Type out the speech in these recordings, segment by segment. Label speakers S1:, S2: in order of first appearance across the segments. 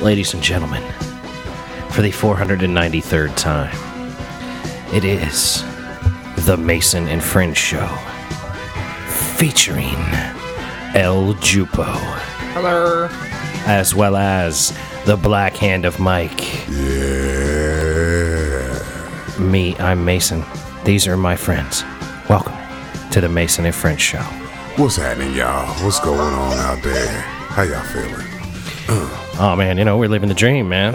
S1: ladies and gentlemen, for the 493rd time, it is the Mason and Friends Show featuring El Jupo.
S2: Hello.
S1: As well as the Black Hand of Mike. Me, I'm Mason. These are my friends. Welcome to the Mason and Friends Show.
S3: What's happening, y'all? What's going on out there? How y'all feeling?
S1: Oh man, you know, we're living the dream, man.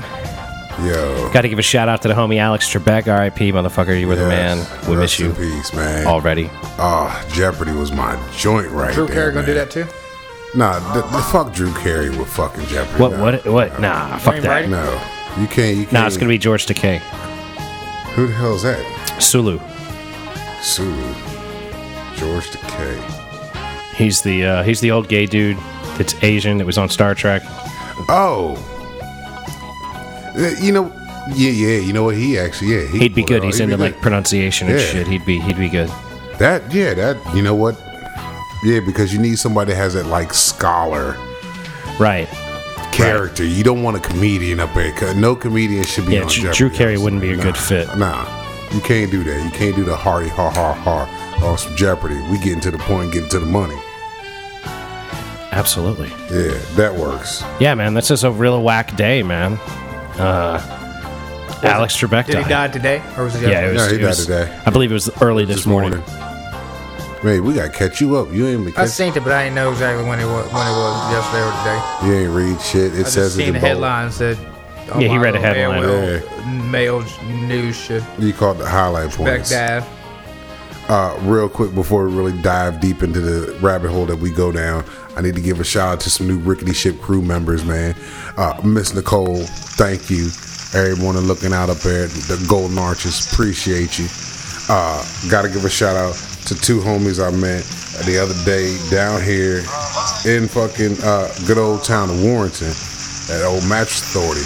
S3: Yo.
S1: Got to give a shout out to the homie Alex Trebek, RIP, motherfucker. You were the man. We miss
S3: Rest
S1: you
S3: In peace, man.
S1: already.
S3: Ah, Jeopardy was my joint right
S2: Drew
S3: there.
S2: Carey gonna do
S3: man.
S2: that too?
S3: Nah, the, the fuck Drew Carey with fucking Jeopardy.
S1: What?
S3: No.
S1: What? What? Nah, fuck
S2: Ain't
S1: that.
S2: right.
S3: No, you can't. You can't.
S1: Nah, it's gonna be George Takei,
S3: Who the hell's that?
S1: Sulu.
S3: Sue. George Takei.
S1: He's the uh, he's the old gay dude that's Asian that was on Star Trek.
S3: Oh. Uh, You know. Yeah, yeah. You know what? He actually. Yeah. He
S1: He'd be
S3: pulled it
S1: good.
S3: off.
S1: He's
S3: Oh, He'd be
S1: into like
S3: good.
S1: pronunciation and
S3: Yeah.
S1: shit. He'd be he'd be good.
S3: That yeah, that you know what? Yeah, because you need somebody that has that like scholar
S1: Right.
S3: character. You don't want a comedian up there. 'cause No comedian should be
S1: Yeah.
S3: on
S1: Drew,
S3: Jeopardy.
S1: Drew Carey
S3: honestly.
S1: wouldn't be a good fit.
S3: Nah, you can't do that. You can't do the hearty ha ha ha on some Jeopardy. We getting to the point, getting to the money.
S1: Absolutely.
S3: Yeah, that works.
S1: Yeah, man. That's just a real whack day, man. Uh, Alex Trebek
S2: Did he
S1: died.
S2: die today, or was it
S1: Yeah, it
S2: yesterday?
S1: was,
S3: No, he
S1: it
S3: died
S1: was-
S3: today.
S1: I believe it was early this, morning.
S3: Man, we gotta catch you up. You ain't been
S2: I
S3: catch,
S2: seen it, but I didn't know exactly when it was. When it was yesterday or today.
S3: You ain't read shit. It
S2: I
S3: says
S2: just
S3: it
S2: seen
S3: in
S2: the
S3: bold.
S2: headline said. oh,
S1: Yeah, he
S2: my
S1: read a
S2: little
S1: headline.
S2: Mail, mail news should
S3: You called the highlight points.
S2: Baghdad.
S3: Uh, real quick before we really dive deep into the rabbit hole that we go down, I need to give a shout out to some new rickety ship crew members, man. Uh, Miss Nicole, thank you. Everyone looking out up there, the Golden Arches, appreciate you. Uh, gotta give a shout out to two homies I met the other day down here in fucking uh, good old town of Warrington at Old Mattress Authority.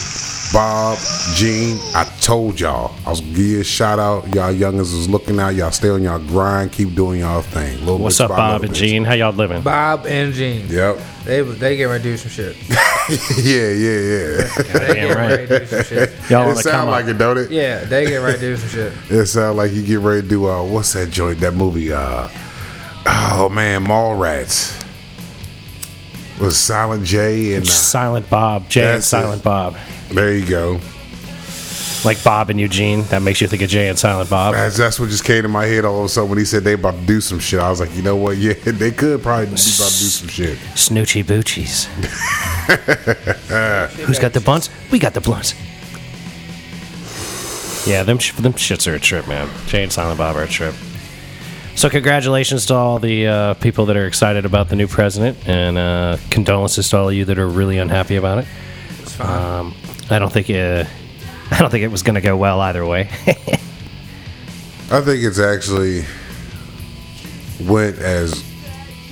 S3: Bob, Gene, I told y'all. I was gonna give you a shout out. Y'all youngins is looking out. Y'all stay on y'all grind. Keep doing y'all thing. Little
S1: What's
S3: bitch
S1: up,
S3: by
S1: Bob and
S3: little bitch.
S1: Gene? How y'all living?
S2: Bob and Gene.
S3: Yep.
S2: They was- they get ready to do some shit.
S3: yeah, yeah, yeah.
S2: They get
S1: right.
S2: ready to do some shit.
S1: Y'all
S3: it
S1: want to come
S3: sound
S1: up?
S3: like it, don't it?
S2: Yeah, they get ready to do some shit.
S3: It sound like you get ready to do uh, what's that joint? That movie? Uh, oh man, Mallrats. Was Silent J and uh,
S1: Silent Bob, Jay and
S3: That's
S1: Silent
S3: it.
S1: Bob,
S3: there you go.
S1: like Bob and Eugene. That makes you think of Jay and Silent Bob.
S3: That's, that's what just came to my head all of a sudden when he said they about to do some shit. I was like, you know what? Yeah, they could probably be about to do some shit.
S1: Snoochie Boochies. Who's got the blunts? We got the blunts. Yeah, them sh- them shits are a trip, man. Jay and Silent Bob are a trip. So congratulations to all the uh, people that are excited about the new president, and uh, condolences to all of you that are really unhappy about it.
S2: It's fine.
S1: Um, I don't think uh, I don't think it was going to go well either way.
S3: I think it's actually went as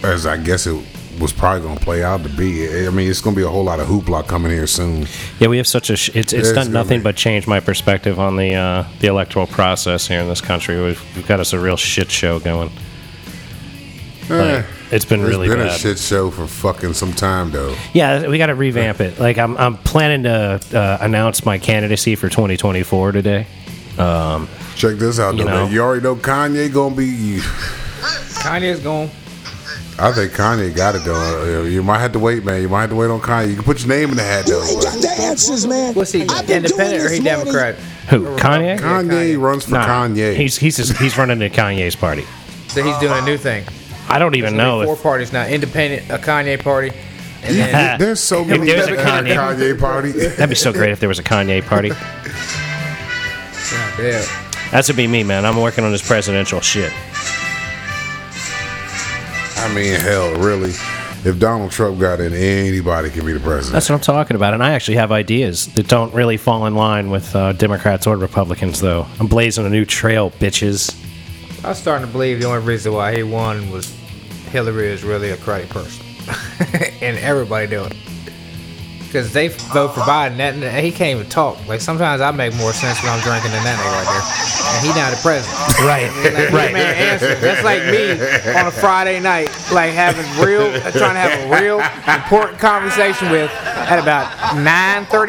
S3: as I guess it was probably gonna play out to be. I mean, it's gonna be a whole lot of hoopla coming here soon.
S1: Yeah, we have such a. Sh- it's it's
S3: It's
S1: done
S3: gonna
S1: nothing
S3: be-
S1: but change my perspective on the uh, the electoral process here in this country. We've, we've got us a real shit show going. Like, it's been
S3: It's
S1: really
S3: Eh, been
S1: bad.
S3: a shit show for fucking some time though.
S1: Yeah, we got to revamp it. Like I'm I'm planning to uh, announce my candidacy for 2024 today.
S3: Check this out though.
S1: You
S3: You,
S1: know.
S3: you already know Kanye gonna be. You,
S2: Kanye's gone.
S3: I think Kanye got it though. Uh, You might have to wait, man. You might have to wait on Kanye. You can put your name in the hat though.
S4: You ain't got the answers, man.
S2: Was he
S4: I've been doing
S2: independent or
S4: this
S2: he
S4: morning.
S2: Democrat?
S1: Who? Kanye?
S2: Kanye.
S3: Kanye runs for
S1: Nah,
S3: Kanye.
S1: He's he's just, he's running to Kanye's party.
S2: So he's doing a new thing.
S1: I don't even know
S2: four
S1: if
S2: parties now: independent, a Kanye party, and then
S3: There's so many
S1: there's a
S3: people at the
S1: Kanye-
S3: Kanye party.
S1: that'd be so great if there was a Kanye party.
S2: yeah.
S1: That's would be me, man. I'm working on this presidential shit.
S3: I mean, hell, really. If Donald Trump got in, anybody can be the president.
S1: That's what I'm talking about, and I actually have ideas that don't really fall in line with uh, Democrats or Republicans, though. I'm blazing a new trail, bitches.
S2: I was starting to believe the only reason why he won was Hillary is really a crazy person, and everybody doing it. Because they vote for Biden, that, and he can't even talk. Like, sometimes I make more sense when I'm drinking than that nigga right there. And he not the president.
S1: Right,
S2: Like, right. man answers. That's like me on a Friday night, like having real, trying to have a real important conversation with at about 9.39.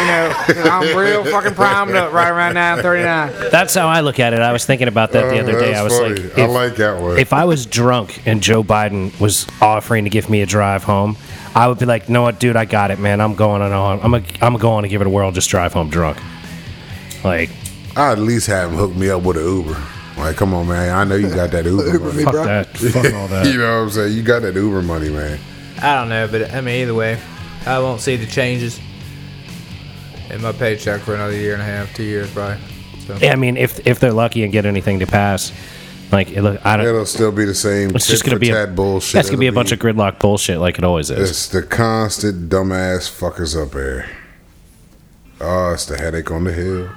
S2: You know, 'cause I'm real fucking primed up right around 9.39.
S1: That's how I look at it. I was thinking about that the other day. I was like,
S3: Uh, I
S1: if-
S3: like that one.
S1: if I was drunk and Joe Biden was offering to give me a drive home, I would be like, "No, what, dude, I got it, man. I'm going on. I'm a, I'm going to give it a whirl. and Just drive home drunk." Like,
S3: I at least have him hook me up with an Uber. Like, come on, man. I know you got that Uber.
S4: Uber me,
S3: money.
S1: fuck
S4: bro.
S1: that. Fuck all
S3: you
S1: that.
S3: know what I'm saying? You got that Uber money, man.
S2: I don't know, but I mean, either way, I won't see the changes in my paycheck for another year and a half, two years, probably. So.
S1: Yeah, I mean, if if they're lucky and get anything to pass, like, it look, I don't.
S3: It'll still be the same.
S1: It's just
S3: tit
S1: gonna
S3: for
S1: be a
S3: tat bullshit.
S1: That's gonna be a
S3: It'll
S1: bunch of gridlock bullshit, like it always is.
S3: It's the constant dumbass fuckers up there. Oh, it's the headache on the hill.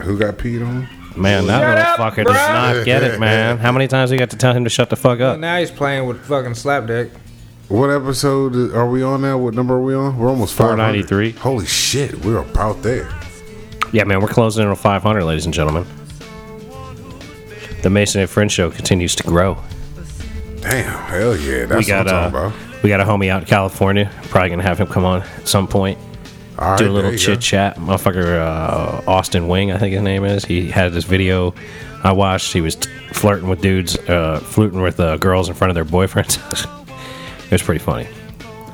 S3: Who got peed on?
S1: Man, that
S2: Shut
S1: little
S2: up,
S1: fucker
S2: bro.
S1: does not get it, man. How many times we got to tell him to shut the fuck
S3: Uh,
S2: Well,
S1: up?
S2: now he's playing with fucking slapdick.
S3: What episode are we on now? What number are we on? We're almost 500.
S1: 493.
S3: Holy shit, we're about there.
S1: Yeah, man, we're closing in on 500, ladies and gentlemen. The Mason and Friend Show continues to grow.
S3: Damn, hell yeah. That's
S1: we got
S3: what I'm talking
S1: uh,
S3: about.
S1: we got a homie out in California. Probably gonna have him come on at some point.
S3: All right,
S1: do a
S3: there
S1: little
S3: you go.
S1: chit chat. Motherfucker, uh, Austin Wing, I think his name is. He had this video I watched. He was t- flirting with dudes, uh, flirting with uh, girls in front of their boyfriends. it was pretty funny.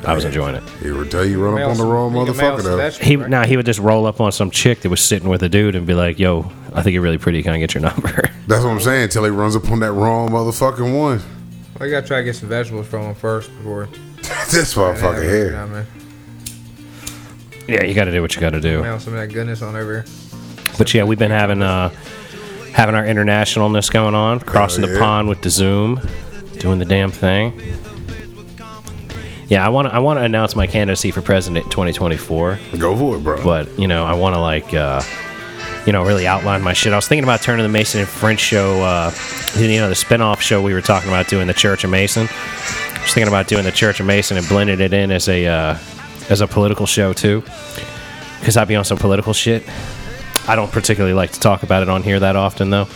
S1: I was enjoying it.
S3: He would tell you run up on the wrong motherfucker though.
S1: He now he would just roll up on some chick that was sitting with a dude and be like, "Yo, I think you're really pretty. Can I get your number?"
S3: That's what I'm saying. Till he runs up on that wrong motherfucking one.
S2: I gotta try to get some vegetables from him first before.
S3: this motherfucker
S2: you
S3: here.
S2: know what I mean?
S1: yeah, you got to do what you got to do.
S2: Mail some of that goodness on over here.
S1: But yeah, we've been having uh, having our internationalness going on, crossing the
S3: yeah.
S1: pond with the Zoom, doing the damn thing. Yeah, I want to I want to announce my candidacy for president in 2024,
S3: Go for it, bro.
S1: but you know I want to like uh, you know really outline my shit. I was thinking about turning the Mason and French show, uh, you know the spinoff show we were talking about doing the Church of Mason. I was thinking about doing the Church of Mason and blending it in as a uh, as a political show too, because I'd be on some political shit. I don't particularly like to talk about it on here that often, though,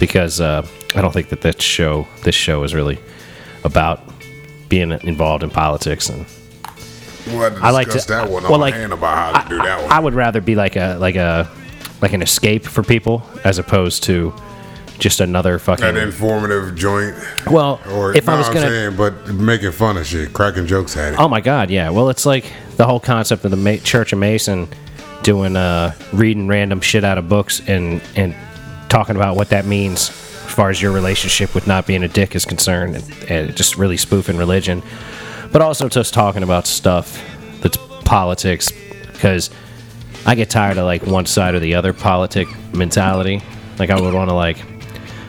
S1: because uh, I don't think that that show, this show, is really about being involved in politics. And
S3: We'll have to
S1: I like to,
S3: discuss that one
S1: well,
S3: on
S1: like,
S3: hand about how to do
S1: I-
S3: that one.
S1: I would rather be like a like a like an escape for people as opposed to just another
S3: an
S1: fucking.
S3: informative joint,
S1: Well,
S3: or
S1: if I
S3: nah,
S1: was
S3: I'm
S1: gonna,
S3: saying, but making fun of shit, cracking jokes at it.
S1: oh my god, yeah. Well, it's like the whole concept of the Ma- Church of Mason doing uh reading random shit out of books and and talking about what that means as far as your relationship with not being a dick is concerned and, and just really spoofing religion but also just talking about stuff that's politics because i get tired of like one side or the other politic mentality like i would want to like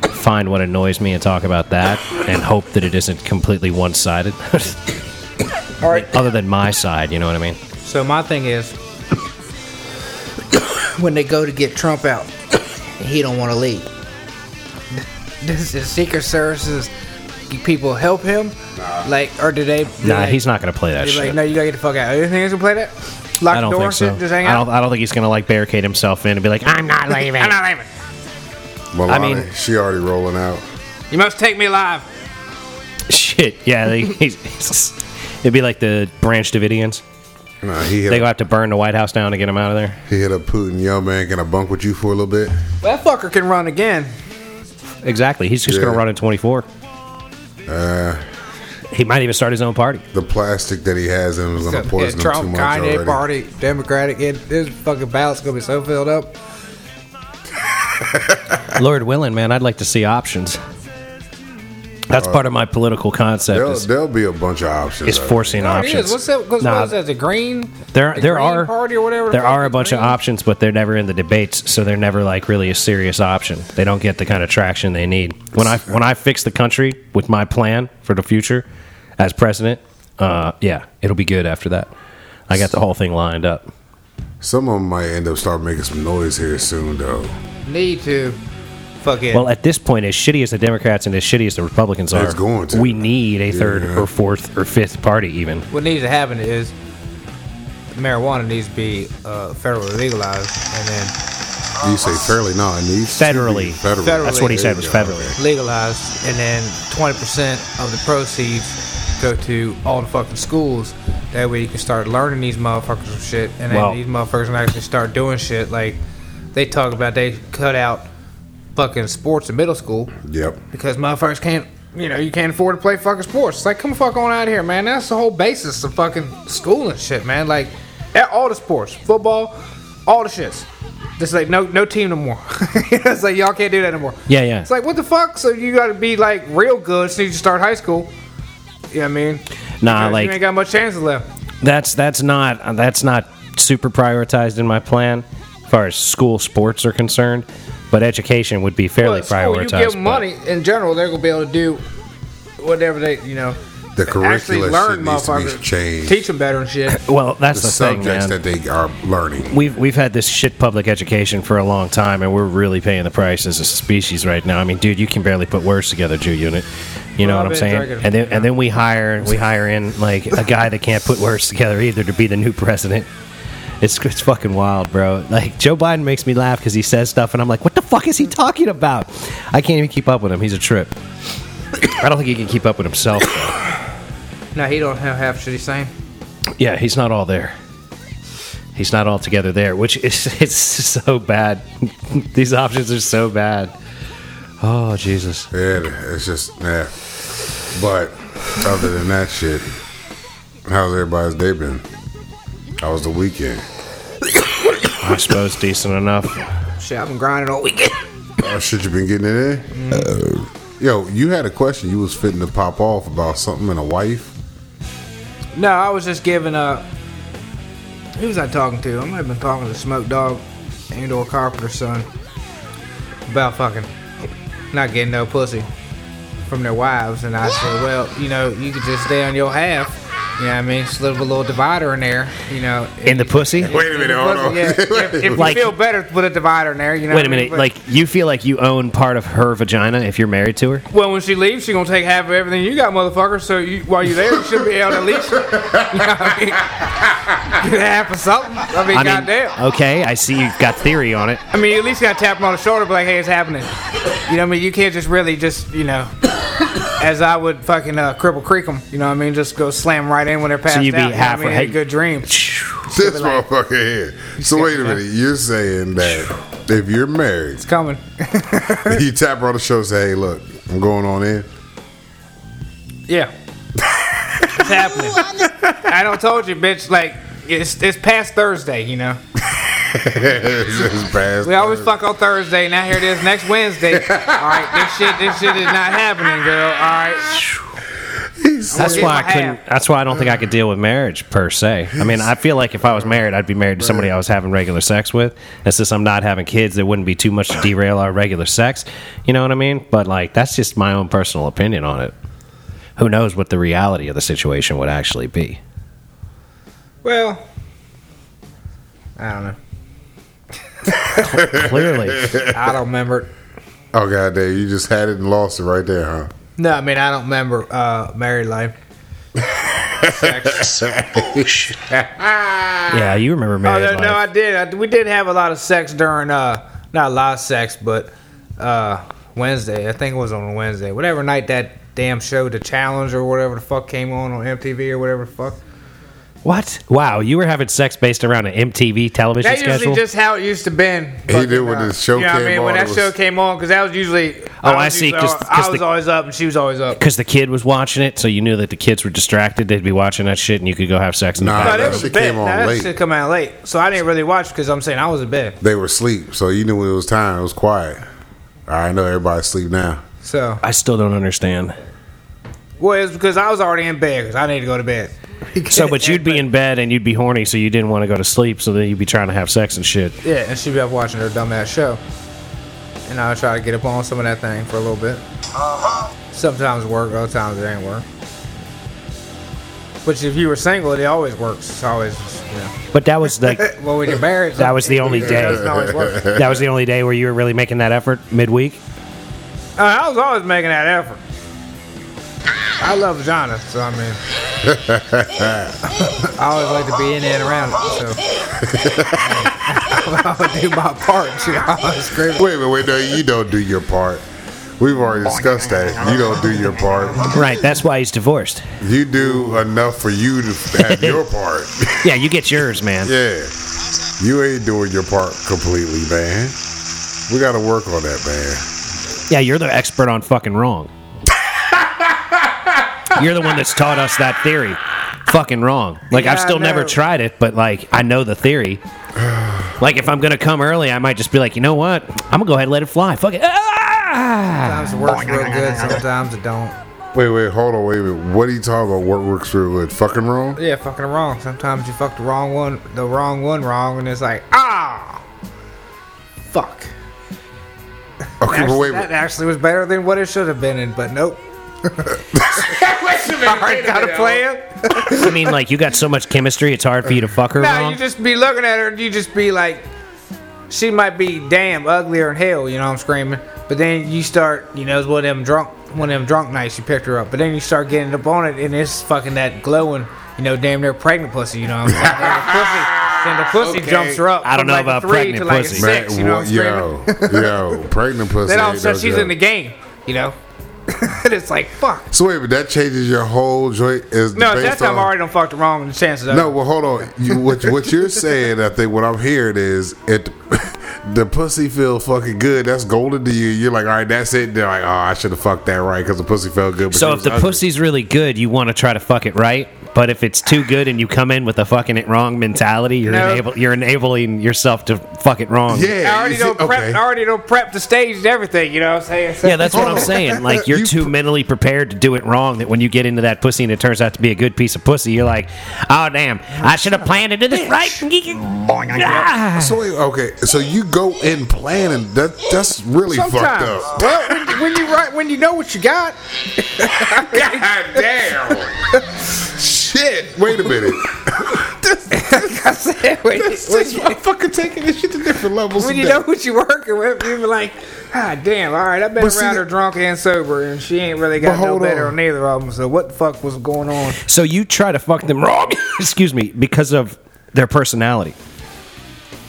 S1: find what annoys me and talk about that and hope that it isn't completely one-sided
S2: All right.
S1: other than my side you know what i mean
S2: So my thing is, when they go to get Trump out, he don't want to leave. Does the Secret Services people help him? Like, or do they?
S1: nah
S2: like,
S1: he's not gonna play that
S2: They're
S1: shit
S2: like, no, you gotta get the fuck out. You think he's gonna play that? Lock
S1: I don't
S2: the door,
S1: think so.
S2: and shit, just hang
S1: I don't.
S2: out.
S1: I don't think he's gonna like barricade himself in and be like, "I'm not leaving."
S2: I'm not leaving.
S3: Melania,
S1: mean-
S3: she already rolling out.
S2: You must take me alive.
S1: Shit. Yeah. They, he's, it'd be like the Branch Davidians.
S3: Nah, he
S1: They
S3: hit,
S1: go
S3: up,
S1: have to burn the White House down to get him out of there.
S3: he hit up Putin. Yo, man, can I bunk with you for a little bit?
S2: Well, that fucker can run again.
S1: Exactly. He's just gonna
S3: Yeah.
S1: run in 24. He might even start his own party.
S3: The plastic that he has in him is gonna
S2: Yeah,
S3: poison him too
S2: Trump,
S3: much
S2: Kanye
S3: already.
S2: Party, Democratic, it, this fucking ballot's gonna be so filled up.
S1: Lord willing, man, I'd like to see options. That's part of my political concept.
S3: There'll,
S1: Is,
S3: there'll be a bunch of options.
S1: is
S3: out
S1: forcing
S2: No, it
S1: options.
S2: is. What's that? What's,
S1: Nah,
S2: what is that? The Green?
S1: There,
S2: the
S1: there
S2: Green
S1: are
S2: Party or whatever. the
S1: There
S2: fuck
S1: are a
S2: it's
S1: bunch of
S2: named?
S1: options, but they're never in the debates, so they're never like really a serious option. They don't get the kind of traction they need. When I when I fix the country with my plan for the future as president, uh, yeah, it'll be good after that. I got the whole thing lined up.
S3: there. Some of them might end up start making some noise here soon, though.
S2: Need to. fucking.
S1: Well, at this point, as shitty as the Democrats and as shitty as the Republicans are,
S3: It's going to.
S1: we need a third
S3: Yeah.
S1: or fourth or fifth party, even.
S2: what needs to happen is marijuana needs to be uh, federally legalized and then
S3: You say fairly, no, it needs to be
S1: Federally.
S3: federally.
S2: Federally.
S1: That's what he
S2: There
S1: said
S3: you
S1: was
S3: go.
S1: federally.
S2: legalized, and then 20% of the proceeds go to all the fucking schools. That way you can start learning these motherfuckers some shit, and then
S1: Well-
S2: these motherfuckers can actually start doing shit. Like they talk about, they cut out fucking sports in middle school.
S3: Yep.
S2: because motherfuckers can't you know you can't afford to play fucking sports it's like come fuck on out here man that's the whole basis of fucking school and shit man like a- all the sports football all the shits just like no no team no more it's like y'all can't do that anymore
S1: Yeah, yeah.
S2: it's like what the fuck so you gotta be like real good so you can start high school you know what i mean
S1: Nah,
S2: you
S1: like-
S2: ain't got much chances left
S1: That's that's not that's not super prioritized in my plan, as far as school sports are concerned. But education would be fairly
S2: But school, you
S1: prioritized.
S2: give 'em
S1: but-
S2: money in general they're gonna be able to do whatever they you know
S3: The
S2: actually
S3: curriculum shit
S2: learn
S3: needs to
S2: motherfuckers
S3: be changed.
S2: teach them better and shit
S1: Well, that's
S3: the,
S1: the, thing,
S3: subjects
S1: man.
S3: that they are learning.
S1: We've we've had this shit public education for a long time, and we're really paying the price as a species right now. I mean, dude, you can barely put words together, Jew unit. You know
S2: Well,
S1: what I'm
S2: I've
S1: saying?
S2: been drinking.
S1: And then and then we hire we hire in like a guy that can't put words together either to be the new president. It's it's fucking wild, bro. Like Joe Biden makes me laugh because he says stuff, and I'm like, what the fuck is he talking about? I can't even keep up with him. He's a trip. I don't think he can keep up with himself. though.
S2: no he don't have half shit he's saying
S1: Yeah, he's not all there. He's not all together there, which is it's so bad. These options are so bad. Oh Jesus!
S3: Yeah, it's just yeah. But other than that shit, how's everybody's day been? How was the weekend?
S1: I suppose decent enough.
S2: Shit, I've been grinding all weekend.
S3: Oh shit, you been getting it in? Yo, you had a question you was fitting to pop off about something and a wife.
S2: No, I was just giving up. Who was I talking to? I might have been talking to Smoke Dog and or Carpenter's son about fucking not getting no pussy from their wives. And I said, well, you know, you could just stay on your half. You know what I mean? Just leave a little divider in there, you know.
S1: In the pussy?
S3: Wait a minute, hold on.
S2: Yeah, if, if
S1: Like-
S2: you feel better, put a divider in there, you know.
S1: Wait a
S2: what I
S1: minute!
S2: mean? But-
S1: Like you feel like you own part of her vagina if you're married to her?
S2: Well, when she leaves, she gonna take half of everything you got, motherfucker. So you, while you're there, you should be able to at least you know what I mean? get half of something. I mean,
S1: I mean,
S2: goddamn.
S1: okay, I see you've got theory on it.
S2: I mean, you at least gotta tap him on the shoulder, be like, "Hey, it's happening." You know what I mean? You can't just really just you know, as I would fucking uh, cripple creek them. You know what I mean? Just go slam right in when they're passed
S1: So you'd be
S2: out. know what
S1: half
S2: I mean?
S1: right.
S2: Hey, good dream.
S3: This motherfucker here. So wait a minute, you're saying that if you're married,
S2: It's coming.
S3: you tap her on the show, and say, "Hey, look, I'm going on in."
S2: Yeah. it's happening. I don't told you, bitch. Like it's it's past Thursday. You know.
S3: It's- it's past
S2: We always
S3: Thursday.
S2: fuck on Thursday. Now here it is next Wednesday. All right, this shit, this shit is not happening, girl. All right,
S1: That's
S2: Get
S1: why
S2: my
S1: I couldn't.
S2: half.
S1: That's why I don't think I could deal with marriage per se. I mean, I feel like if I was married, I'd be married to somebody I was having regular sex with. And since I'm not having kids, there wouldn't be too much to derail our regular sex. You know what I mean? But like, that's just my own personal opinion on it. Who knows what the reality of the situation would actually be?
S2: well, I don't know.
S1: Clearly,
S2: I don't remember.
S3: Oh god damn, you just had it and lost it right there, huh?
S2: No, I mean I don't remember uh, married life. Sex.
S1: yeah, you remember
S2: Oh
S1: married
S2: no, no, I
S1: life.
S2: did. I, we did have a lot of sex during uh, not a lot of sex, but uh, Wednesday. I think it was on Wednesday, whatever night that damn show, The Challenge or whatever the fuck came on on MTV or whatever the fuck.
S1: What? Wow, you were having sex based around an MTV television
S2: That usually
S1: schedule.
S2: just how it used to been.
S3: He did when
S2: Fucking,
S3: the show
S2: you know what
S3: came
S2: I mean?
S3: on,
S2: When that
S3: it
S2: show
S3: was-
S2: came on, because that was usually.
S1: Oh, I
S2: was
S1: see,
S2: usually-
S1: 'cause- 'cause
S2: I was
S1: the-
S2: always up and she was always up.
S1: because the kid was watching it, so you knew that the kids were distracted. They'd be watching that shit, and you could go have sex in
S3: Nah,
S1: the
S2: No,
S1: bathroom.
S2: that
S3: that
S2: was a
S3: shit
S2: bit.
S3: came on
S2: Now, that
S3: late.
S2: shit come out late, so I didn't really watch because I'm saying I was in bed.
S3: They were asleep, so you knew when it was time. It was quiet. I know everybody's asleep now.
S2: So,
S1: I still don't understand.
S2: well, it's because I was already in bed because I need to go to bed.
S1: So, but you'd be in bed and you'd be horny, so you didn't want to go to sleep, so then you'd be trying to have sex and shit.
S2: Yeah, and she'd be up watching her dumbass show, and I would try to get up on some of that thing for a little bit. Sometimes it work, other times it ain't work. Which if you were single, it always works. It's always, just, you know.
S1: But that was like
S2: Well, when you're married,
S1: that was the only
S2: It doesn't
S1: day.
S2: always work.
S1: That was the only day where you were really making that effort midweek.
S2: Uh, I was always making that effort. I love vagina, so I mean, I always like to be in it and around it. So I would do my part. You know, I was screaming.
S3: Wait a minute, wait, no, you don't do your part. We've already discussed that. You don't do your part.
S1: Right, that's why he's divorced.
S3: You do enough for you to have your part.
S1: Yeah, you get yours, man.
S3: yeah. You ain't doing your part completely, man. We got to work on that, man.
S1: Yeah, you're the expert on fucking wrong. you're the one that's taught us that theory. Fucking wrong. Like I've
S2: Yeah, I
S1: still never
S2: know.
S1: tried it, but like I know the theory. like if I'm gonna come early, I might just be like, you know what? I'm gonna go ahead and let it fly. Fuck it. Ah!
S2: Sometimes it works real good. Sometimes it don't.
S3: Wait, wait, hold on, wait a minute. What are you talking about? What works real good? Fucking wrong?
S2: Yeah, fucking wrong. Sometimes you fuck the wrong one, the wrong one wrong, and it's like ah, fuck.
S3: Okay, but
S2: Actually,
S3: wait a
S2: that
S3: minute.
S2: actually was better than what it should have been, in, but nope.
S4: Wait a minute,
S2: I
S4: wait a
S2: gotta
S4: minute,
S2: play
S4: Al.
S2: it.
S1: I mean, like you got so much chemistry, it's hard for you to fuck her
S2: Now
S1: wrong.
S2: you just be looking at her and you just be like, she might be damn uglier than hell, you know what I'm screaming. But then you start, you know, it's one of them drunk, one of them drunk nights you picked her up. But then you start getting up on it and it's fucking that glowing, you know, damn near pregnant pussy, you know what I'm saying? Then the pussy, then the pussy
S4: Okay.
S2: jumps her up.
S1: I don't
S2: from
S1: know
S2: like a
S1: about
S2: three
S1: pregnant
S2: to like a
S1: pussy.
S2: six, you know what I'm screaming.
S3: yo, yo, pregnant pussy.
S2: Then all of a
S3: ain't
S2: sudden
S3: no
S2: she's
S3: joke.
S2: in the game, you know. and it's like fuck.
S3: So wait, but that changes your whole joint. Is
S2: No,
S3: based
S2: that's time
S3: on-
S2: I already done fucked wrong. The chances are
S3: No, well, hold on. You, what what you're saying? I think what I'm hearing is it. The pussy feel fucking good. That's golden to you. You're like, all right, that's it. They're like, oh, I should have fucked that right because the pussy felt good. but
S1: so
S3: she
S1: if
S3: was
S1: the
S3: ugly.
S1: pussy's really good, you want to try to fuck it right. But if it's too good and you come in with a fucking it wrong mentality, you're
S2: No.
S1: enable you're enabling yourself to fuck it wrong.
S3: yeah,
S2: I already
S3: you see-
S2: don't prep.
S3: okay.
S2: I already don't prep the stage and everything. You know what I'm saying? So-
S1: Yeah, that's what I'm saying. Like you're
S3: You
S1: too
S3: pr-
S1: mentally prepared to do it wrong that when you get into that pussy and it turns out to be a good piece of pussy, you're like, oh damn, I should have planned to do this right. Ah.
S3: So wait, okay, so you go in planning. That that's really fucked
S2: Sometimes.
S3: up.
S2: Well, when, when you right, when you know what you got,
S4: God damn.
S3: Shit. Wait a minute.
S2: I said, when, you- when,
S3: this
S2: you,
S3: motherfucker taking this shit to different levels.
S2: when you
S3: today.
S2: know what you're working with, you be like, ah, damn, all right, I've been
S3: But see
S2: around
S3: that-
S2: her drunk and sober, and she ain't really
S3: But
S2: got no
S3: hold
S2: better
S3: on.
S2: on either of them. So what the fuck was going on?
S1: So you try to fuck them wrong. Excuse me, because of their personality.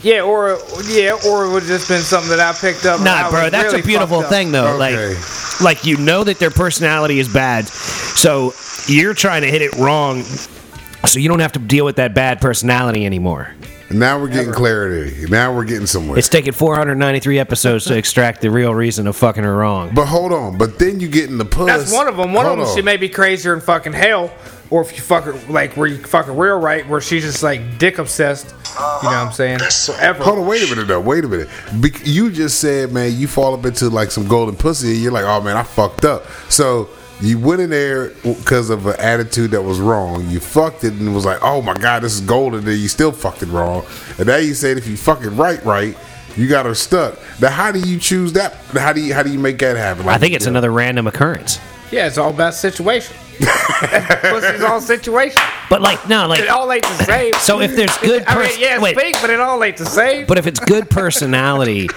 S2: Yeah, or yeah, or it would just been something that I picked up. and
S1: Nah,
S2: I was
S1: bro, that's
S2: really
S1: a beautiful
S2: fucked up.
S1: thing though.
S3: Okay.
S1: Like, like you know that their personality is bad, so you're trying to hit it wrong, so you don't have to deal with that bad personality anymore.
S3: Now we're getting clarity. Now we're getting somewhere.
S1: It's taken 493 episodes to extract the real reason of fucking her wrong.
S3: but hold on. But then you get in the puss.
S2: That's one of them. One
S3: Hold
S2: of them,
S3: on.
S2: she may be crazier than fucking hell, or if you fuck her like where you fuck her real right, where she's just like dick obsessed. You know what I'm saying? Forever.
S3: Hold on, wait a minute though. Wait a minute. Be- you just said, man, you fall up into like some golden pussy, and you're like, oh man, I fucked up. So you went in there because of an attitude that was wrong. You fucked it and was like, oh my god, this is golden. Then you still fucked it wrong. And now you said if you fucking right, right, you got her stuck. Now how do you choose that? How do you how do you make that happen? Like,
S1: I think it's
S3: you know,
S1: another random occurrence.
S2: Yeah, it's all about situation. Pussy's all situation.
S1: But like, no, like
S2: It all ain't the same.
S1: So if there's good
S2: I mean,
S1: pers-
S2: yeah, it's
S1: wait.
S2: big, but it all ain't the same.
S1: But if it's good personality,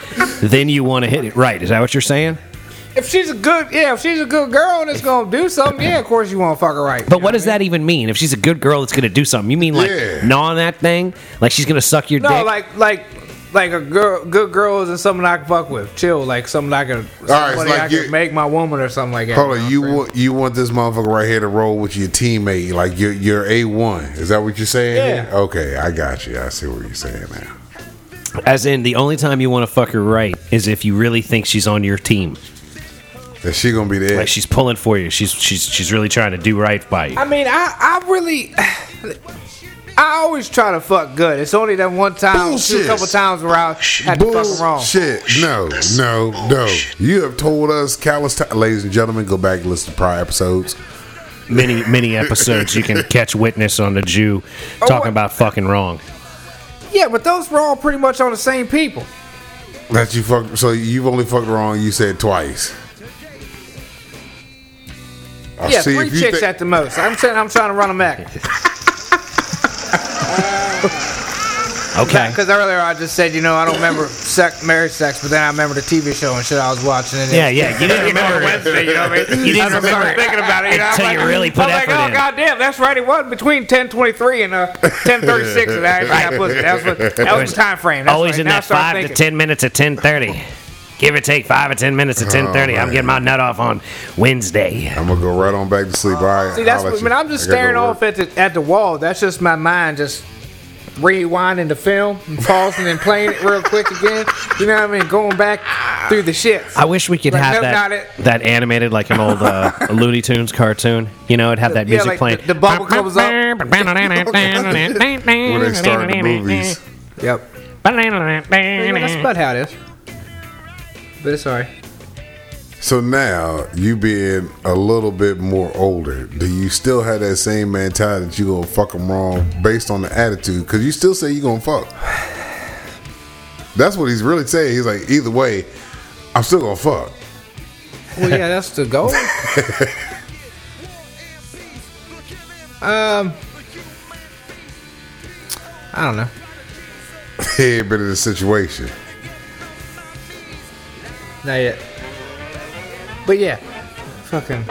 S1: then you want to hit it right. Is that what you're saying?
S2: if she's a good, yeah, if she's a good girl and it's gonna do something, yeah, of course you want to fuck her right.
S1: But what does that even mean? If she's a good girl that's going to do something, you mean like
S3: Yeah.
S1: gnawing that thing? Like she's going to suck your
S2: No,
S1: dick?
S2: like like like a girl, good girl is something I can fuck with. Chill, like something I can,
S3: right, it's
S2: somebody
S3: like
S2: I
S3: you-
S2: can make my woman or something like that.
S3: Hold
S2: know
S3: on,
S2: what
S3: you
S2: I'm saying?
S3: want you want this motherfucker right here to roll with your teammate, like you're you're a one. Is that what you're saying?
S2: Yeah.
S3: here? Okay, I got you. I see what you're saying now.
S1: As in, the only time you want to fuck her right is if you really think she's on your team.
S3: That she gonna be the
S1: Like she's pulling for you. She's she's she's really trying to do right by you.
S2: I mean, I, I really, I always try to fuck good. It's only that one time,
S3: Bullshit.
S2: a couple times where I had to fuck wrong.
S3: Bullshit. No, no, no. You have told us countless times. Ladies and gentlemen, go back and listen to prior episodes.
S1: Many many episodes you can catch witness on the Jew talking
S2: what-
S1: about fucking wrong.
S2: Yeah, but those were all pretty much on the same people.
S3: That you fucked. So you've only fucked wrong, you said twice. I
S2: yeah,
S3: see
S2: three
S3: if you
S2: chicks
S3: thi-
S2: at the most. I'm saying I'm trying to run them back.
S1: Okay.
S2: Because earlier I just said, you know, I don't remember sex, marriage sex, but then I remember the TV show and shit I was watching. And it
S1: Yeah,
S2: was-
S1: yeah. You didn't remember
S2: Wednesday, you know what I mean?
S1: You didn't
S2: I just
S1: remember
S2: started thinking about it. You know, I'm
S1: until
S2: like,
S1: you really put
S2: I'm like,
S1: effort
S2: oh,
S1: in.
S2: goddamn, that's right. It was between 10:23 and uh, 10:36, and I actually got pussy. That was, what- that was the time frame. That's
S1: always
S2: right.
S1: in
S2: Now I
S1: that
S2: start
S1: five
S2: thinking.
S1: to ten minutes at ten thirty. Give or take five or ten minutes at ten thirty. I'm
S3: man.
S1: getting my nut off on Wednesday.
S3: I'm gonna go right on back to sleep. All right.
S2: See, that's
S3: I'll let
S2: what, I mean,
S3: you-
S2: I'm just
S3: I gotta
S2: staring
S3: go
S2: off
S3: work.
S2: at the at the wall. That's just my mind just rewinding the film and pausing and playing it real quick again. You know what I mean? Going back through the shits.
S1: I wish we could
S2: Like,
S1: have
S2: no, not
S1: that
S2: it.
S1: that animated like an old uh, Looney Tunes cartoon. You know, it'd have that
S2: Yeah,
S1: music
S2: like
S1: playing.
S2: the- the bubble covers up.
S3: When they start the
S1: Mm-hmm.
S3: movies,
S2: Yep. You know, that's about how it is. But it's alright.
S3: so now you being a little bit more older, do you still have that same mentality that you gonna fuck them wrong based on the attitude? Because you still say you gonna fuck. That's what he's really saying. He's like, either way, I'm still gonna fuck.
S2: Well, yeah, that's the goal. um, I don't know.
S3: He ain't been in a situation.
S2: Not yet. But yeah, fucking.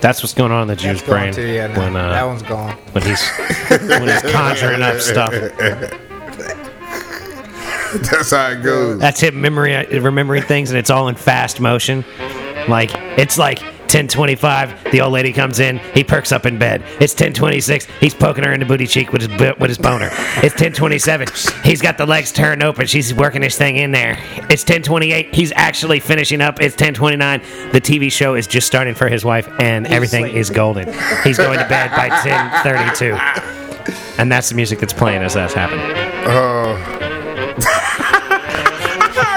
S1: That's what's going on in the Jew's
S2: That's gone
S1: brain
S2: too, yeah, no,
S1: when
S2: that
S1: uh,
S2: one's gone.
S1: when he's when he's conjuring up stuff.
S3: That's how it goes.
S1: That's him memory uh, remembering things, and it's all in fast motion. Like it's like 10:25. The old lady comes in. He perks up in bed. It's 10:26. He's poking her in the booty cheek with his bo- with his boner. It's 10:27. He's got the legs turned open. She's working his thing in there. It's 10:28. He's actually finishing up. It's 10:29. The TV show is just starting for his wife, and everything
S2: asleep.
S1: is golden. He's going to bed by 10:32. And that's the music that's playing as that's happening. Ah,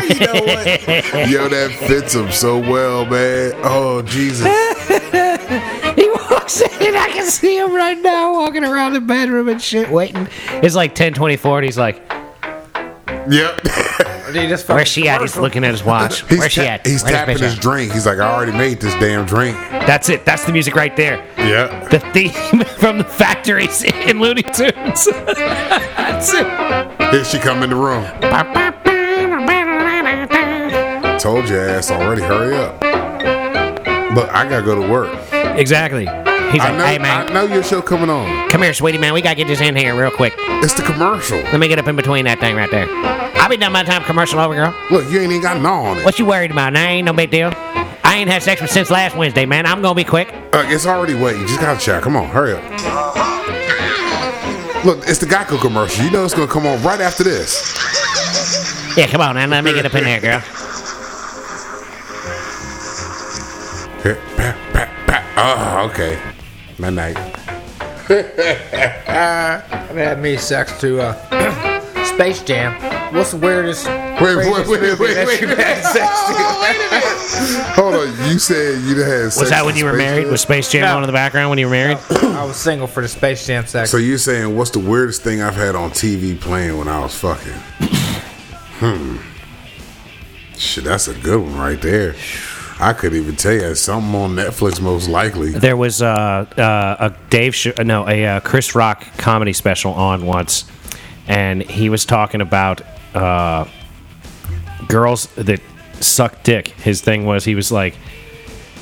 S3: you know what? Yo, that fits him so well, man. Oh Jesus.
S1: He walks in. I can see him right now walking around the bedroom and shit, waiting. It's like 10, 24, and he's like,
S3: Yep.
S2: Dude, this fucking
S1: where's she at? He's
S2: commercial.
S1: looking at his watch.
S3: He's,
S1: Where's she
S3: ta-
S1: at?
S3: he's
S1: Where's
S3: tapping
S1: bitch
S3: his
S1: at?
S3: drink. He's like, I already made this damn drink.
S1: That's it. That's the music right there.
S3: Yeah.
S1: The theme from the factories in Looney Tunes. That's it.
S3: Here she come in the room. Told your ass already. Hurry up. Look, I gotta go to work.
S1: Exactly. He's
S3: I
S1: like,
S3: know.
S1: hey, man,
S3: I know your show coming on.
S1: come here, sweetie, man. We got to get this in here real quick.
S3: It's the commercial.
S1: Let me get up in between that thing right there. I'll be done by the time commercial over, girl.
S3: Look, you ain't even got no on it.
S1: What you worried about? Nah, ain't no big deal. I ain't had sex with since last Wednesday, man. I'm gonna be quick.
S3: Uh, it's already waiting. You just gotta check. Come on, hurry up. Look, it's the Geico commercial. You know it's gonna come on right after this.
S1: Yeah, come on, man. Let me get up in there, girl.
S3: Here, pat, pat, pat. Oh, okay. Midnight.
S2: I've had me sex to uh, Space Jam. What's the weirdest?
S3: Wait, wait,
S2: craziest
S3: wait, wait,
S2: movie that
S3: wait,
S2: you've
S3: wait.
S2: had sex to?
S4: Oh,
S3: Hold on. You said you had.
S1: Was that when you were married? Was Space Jam
S2: No.
S1: on in the background when you were married?
S2: I was single for the Space Jam sex.
S3: So you're saying what's the weirdest thing I've had on TV playing when I was fucking? hmm. Shit, that's a good one right there. I couldn't even tell you. Something on Netflix, most likely.
S1: There was uh, uh, a Dave, Ch- uh, no, a uh, Chris Rock comedy special on once, and he was talking about uh, girls that suck dick. His thing was he was like,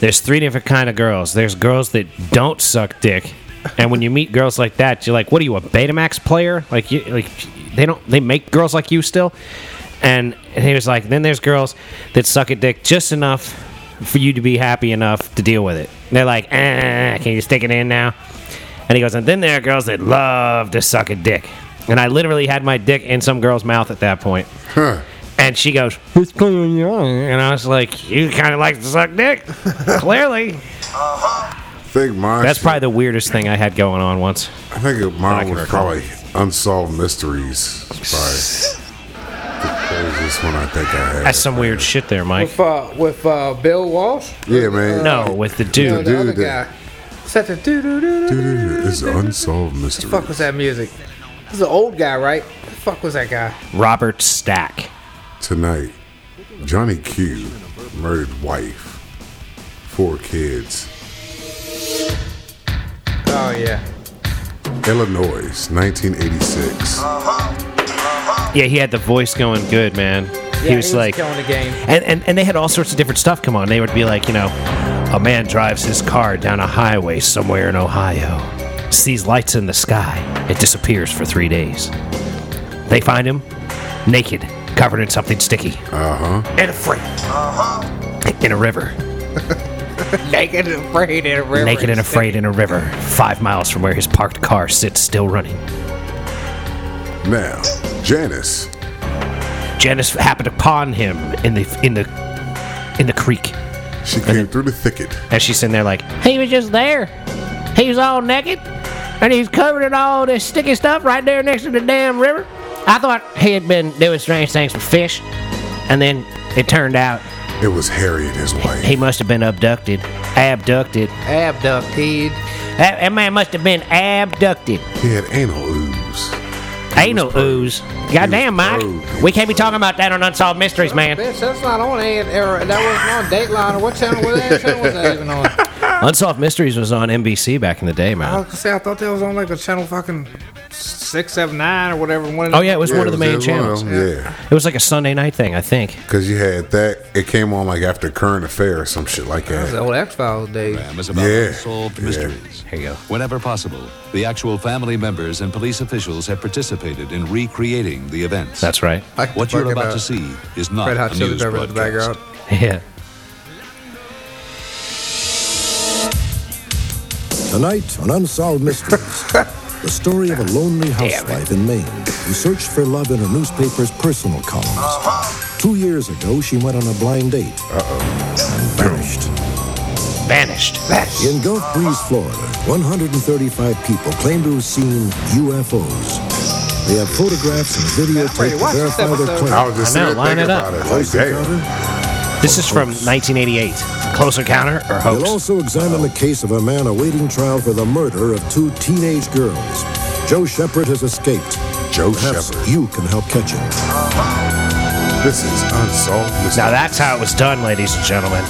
S1: "There's three different kind of girls. There's girls that don't suck dick, and when you meet girls like that, you're like, what are you, a Betamax player? Like, you, like they don't they make girls like you still?" And, and he was like, "Then there's girls that suck at dick just enough for you to be happy enough to deal with it. And they're like, eh, can you stick it in now?" And he goes, "And then there are girls that love to suck a dick." And I literally had my dick in some girl's mouth at that point.
S3: Huh.
S1: And she goes, "It's clearly young," and I was like, "You kind of like to suck dick, clearly."
S3: Think mine.
S1: That's probably the weirdest thing I had going on once.
S3: I think it-
S1: I
S3: mine
S1: can
S3: was
S1: recall.
S3: probably unsolved mysteries. It's probably the craziest one I think I had.
S1: That's some weird shit there, Mike.
S2: With uh, with uh, Bill Walsh.
S3: yeah, man.
S1: No, with the
S2: No,
S1: dude.
S2: the other
S3: dude
S2: guy.
S3: that-
S2: What's that? The doo doo doo doo.
S3: It's unsolved mysteries.
S2: Fuck was that music? This is an old guy, right? The fuck was that guy?
S1: Robert Stack.
S3: Tonight, Johnny Q murdered wife, four kids.
S2: Oh yeah.
S3: Illinois, 1986.
S1: Yeah, he had the voice going good, man. he was like,
S2: killing the game.
S1: and, and and they had all sorts of different stuff come on. They would be like, you know, a man drives his car down a highway somewhere in Ohio, sees lights in the sky, it disappears for three days. They find him naked, covered in something sticky,
S3: Uh huh.
S1: and afraid, in a river,
S2: Naked and afraid in a river.
S1: naked and afraid in a river, five miles from where his parked car sits, still running.
S3: Now, Janice.
S1: Janice happened upon him in the in the in the creek.
S3: She came through the thicket.
S1: And she's sitting there like, he was just there. He was all naked, and he's covered in all this sticky stuff right there next to the damn river. I thought he had been doing strange things with fish, and then it turned out
S3: It was Harry and his wife.
S1: he must have been abducted. Abducted.
S2: Abducted.
S1: That, that man must have been abducted.
S3: He had anal ooze.
S1: Ain't no ooze. Goddamn, Mike.
S3: proved.
S1: We can't be talking about that on Unsolved Mysteries, man.
S2: Bitch, that's not on and or that wasn't on Dateline or what channel was that? channel was that even on?
S1: Unsolved Mysteries was on NBC back in the day,
S2: I
S1: man.
S2: was gonna say I thought that was on like a channel fucking six seven nine or whatever. One of
S1: Oh,
S2: them-
S1: yeah, it was
S3: Yeah,
S1: one of the
S3: it
S1: main
S3: was one of
S1: channels.
S3: them, Yeah.
S1: It was like a Sunday night thing, I think.
S3: Because you had that. It came on like after Current Affair or some shit like
S2: That's the
S3: that.
S2: old X Files days.
S5: program is about
S3: Yeah.
S5: unsolved
S3: Yeah.
S5: mysteries.
S1: Here you go.
S5: Whenever possible, the actual family members and police officials have participated in recreating the events.
S1: That's right.
S2: Like
S5: what you're
S2: fucking,
S5: about
S2: uh,
S5: to see is not
S2: Red Hot
S5: a
S2: Chili
S5: news
S2: Peppers in the background.
S5: broadcast.
S1: Yeah.
S6: Tonight on Unsolved Mysteries, the story of a lonely housewife in Maine who searched for love in her newspaper's personal columns. Two years ago, she went on a blind date and vanished.
S1: Vanished.
S6: In Gulf Breeze, Florida, 135 people claim to have seen UFOs. They have photographs and
S2: Brady,
S6: videotape
S2: watch
S6: to
S2: this
S6: verify their
S2: episode.
S6: claim.
S3: I was just
S1: I know,
S3: sitting there
S1: line
S3: thinking
S1: it up.
S3: about it. Like, damn.
S1: This is from 1988. Close Encounter or
S6: They'll
S1: Hoax?
S6: also examine the case of a man awaiting trial for the murder of two teenage girls. Joe Shepard has escaped.
S3: Joe
S6: Perhaps
S3: Shepard.
S6: you can help catch him.
S3: This is Unsolved Mysteries.
S1: Now that's how it was done, ladies and gentlemen.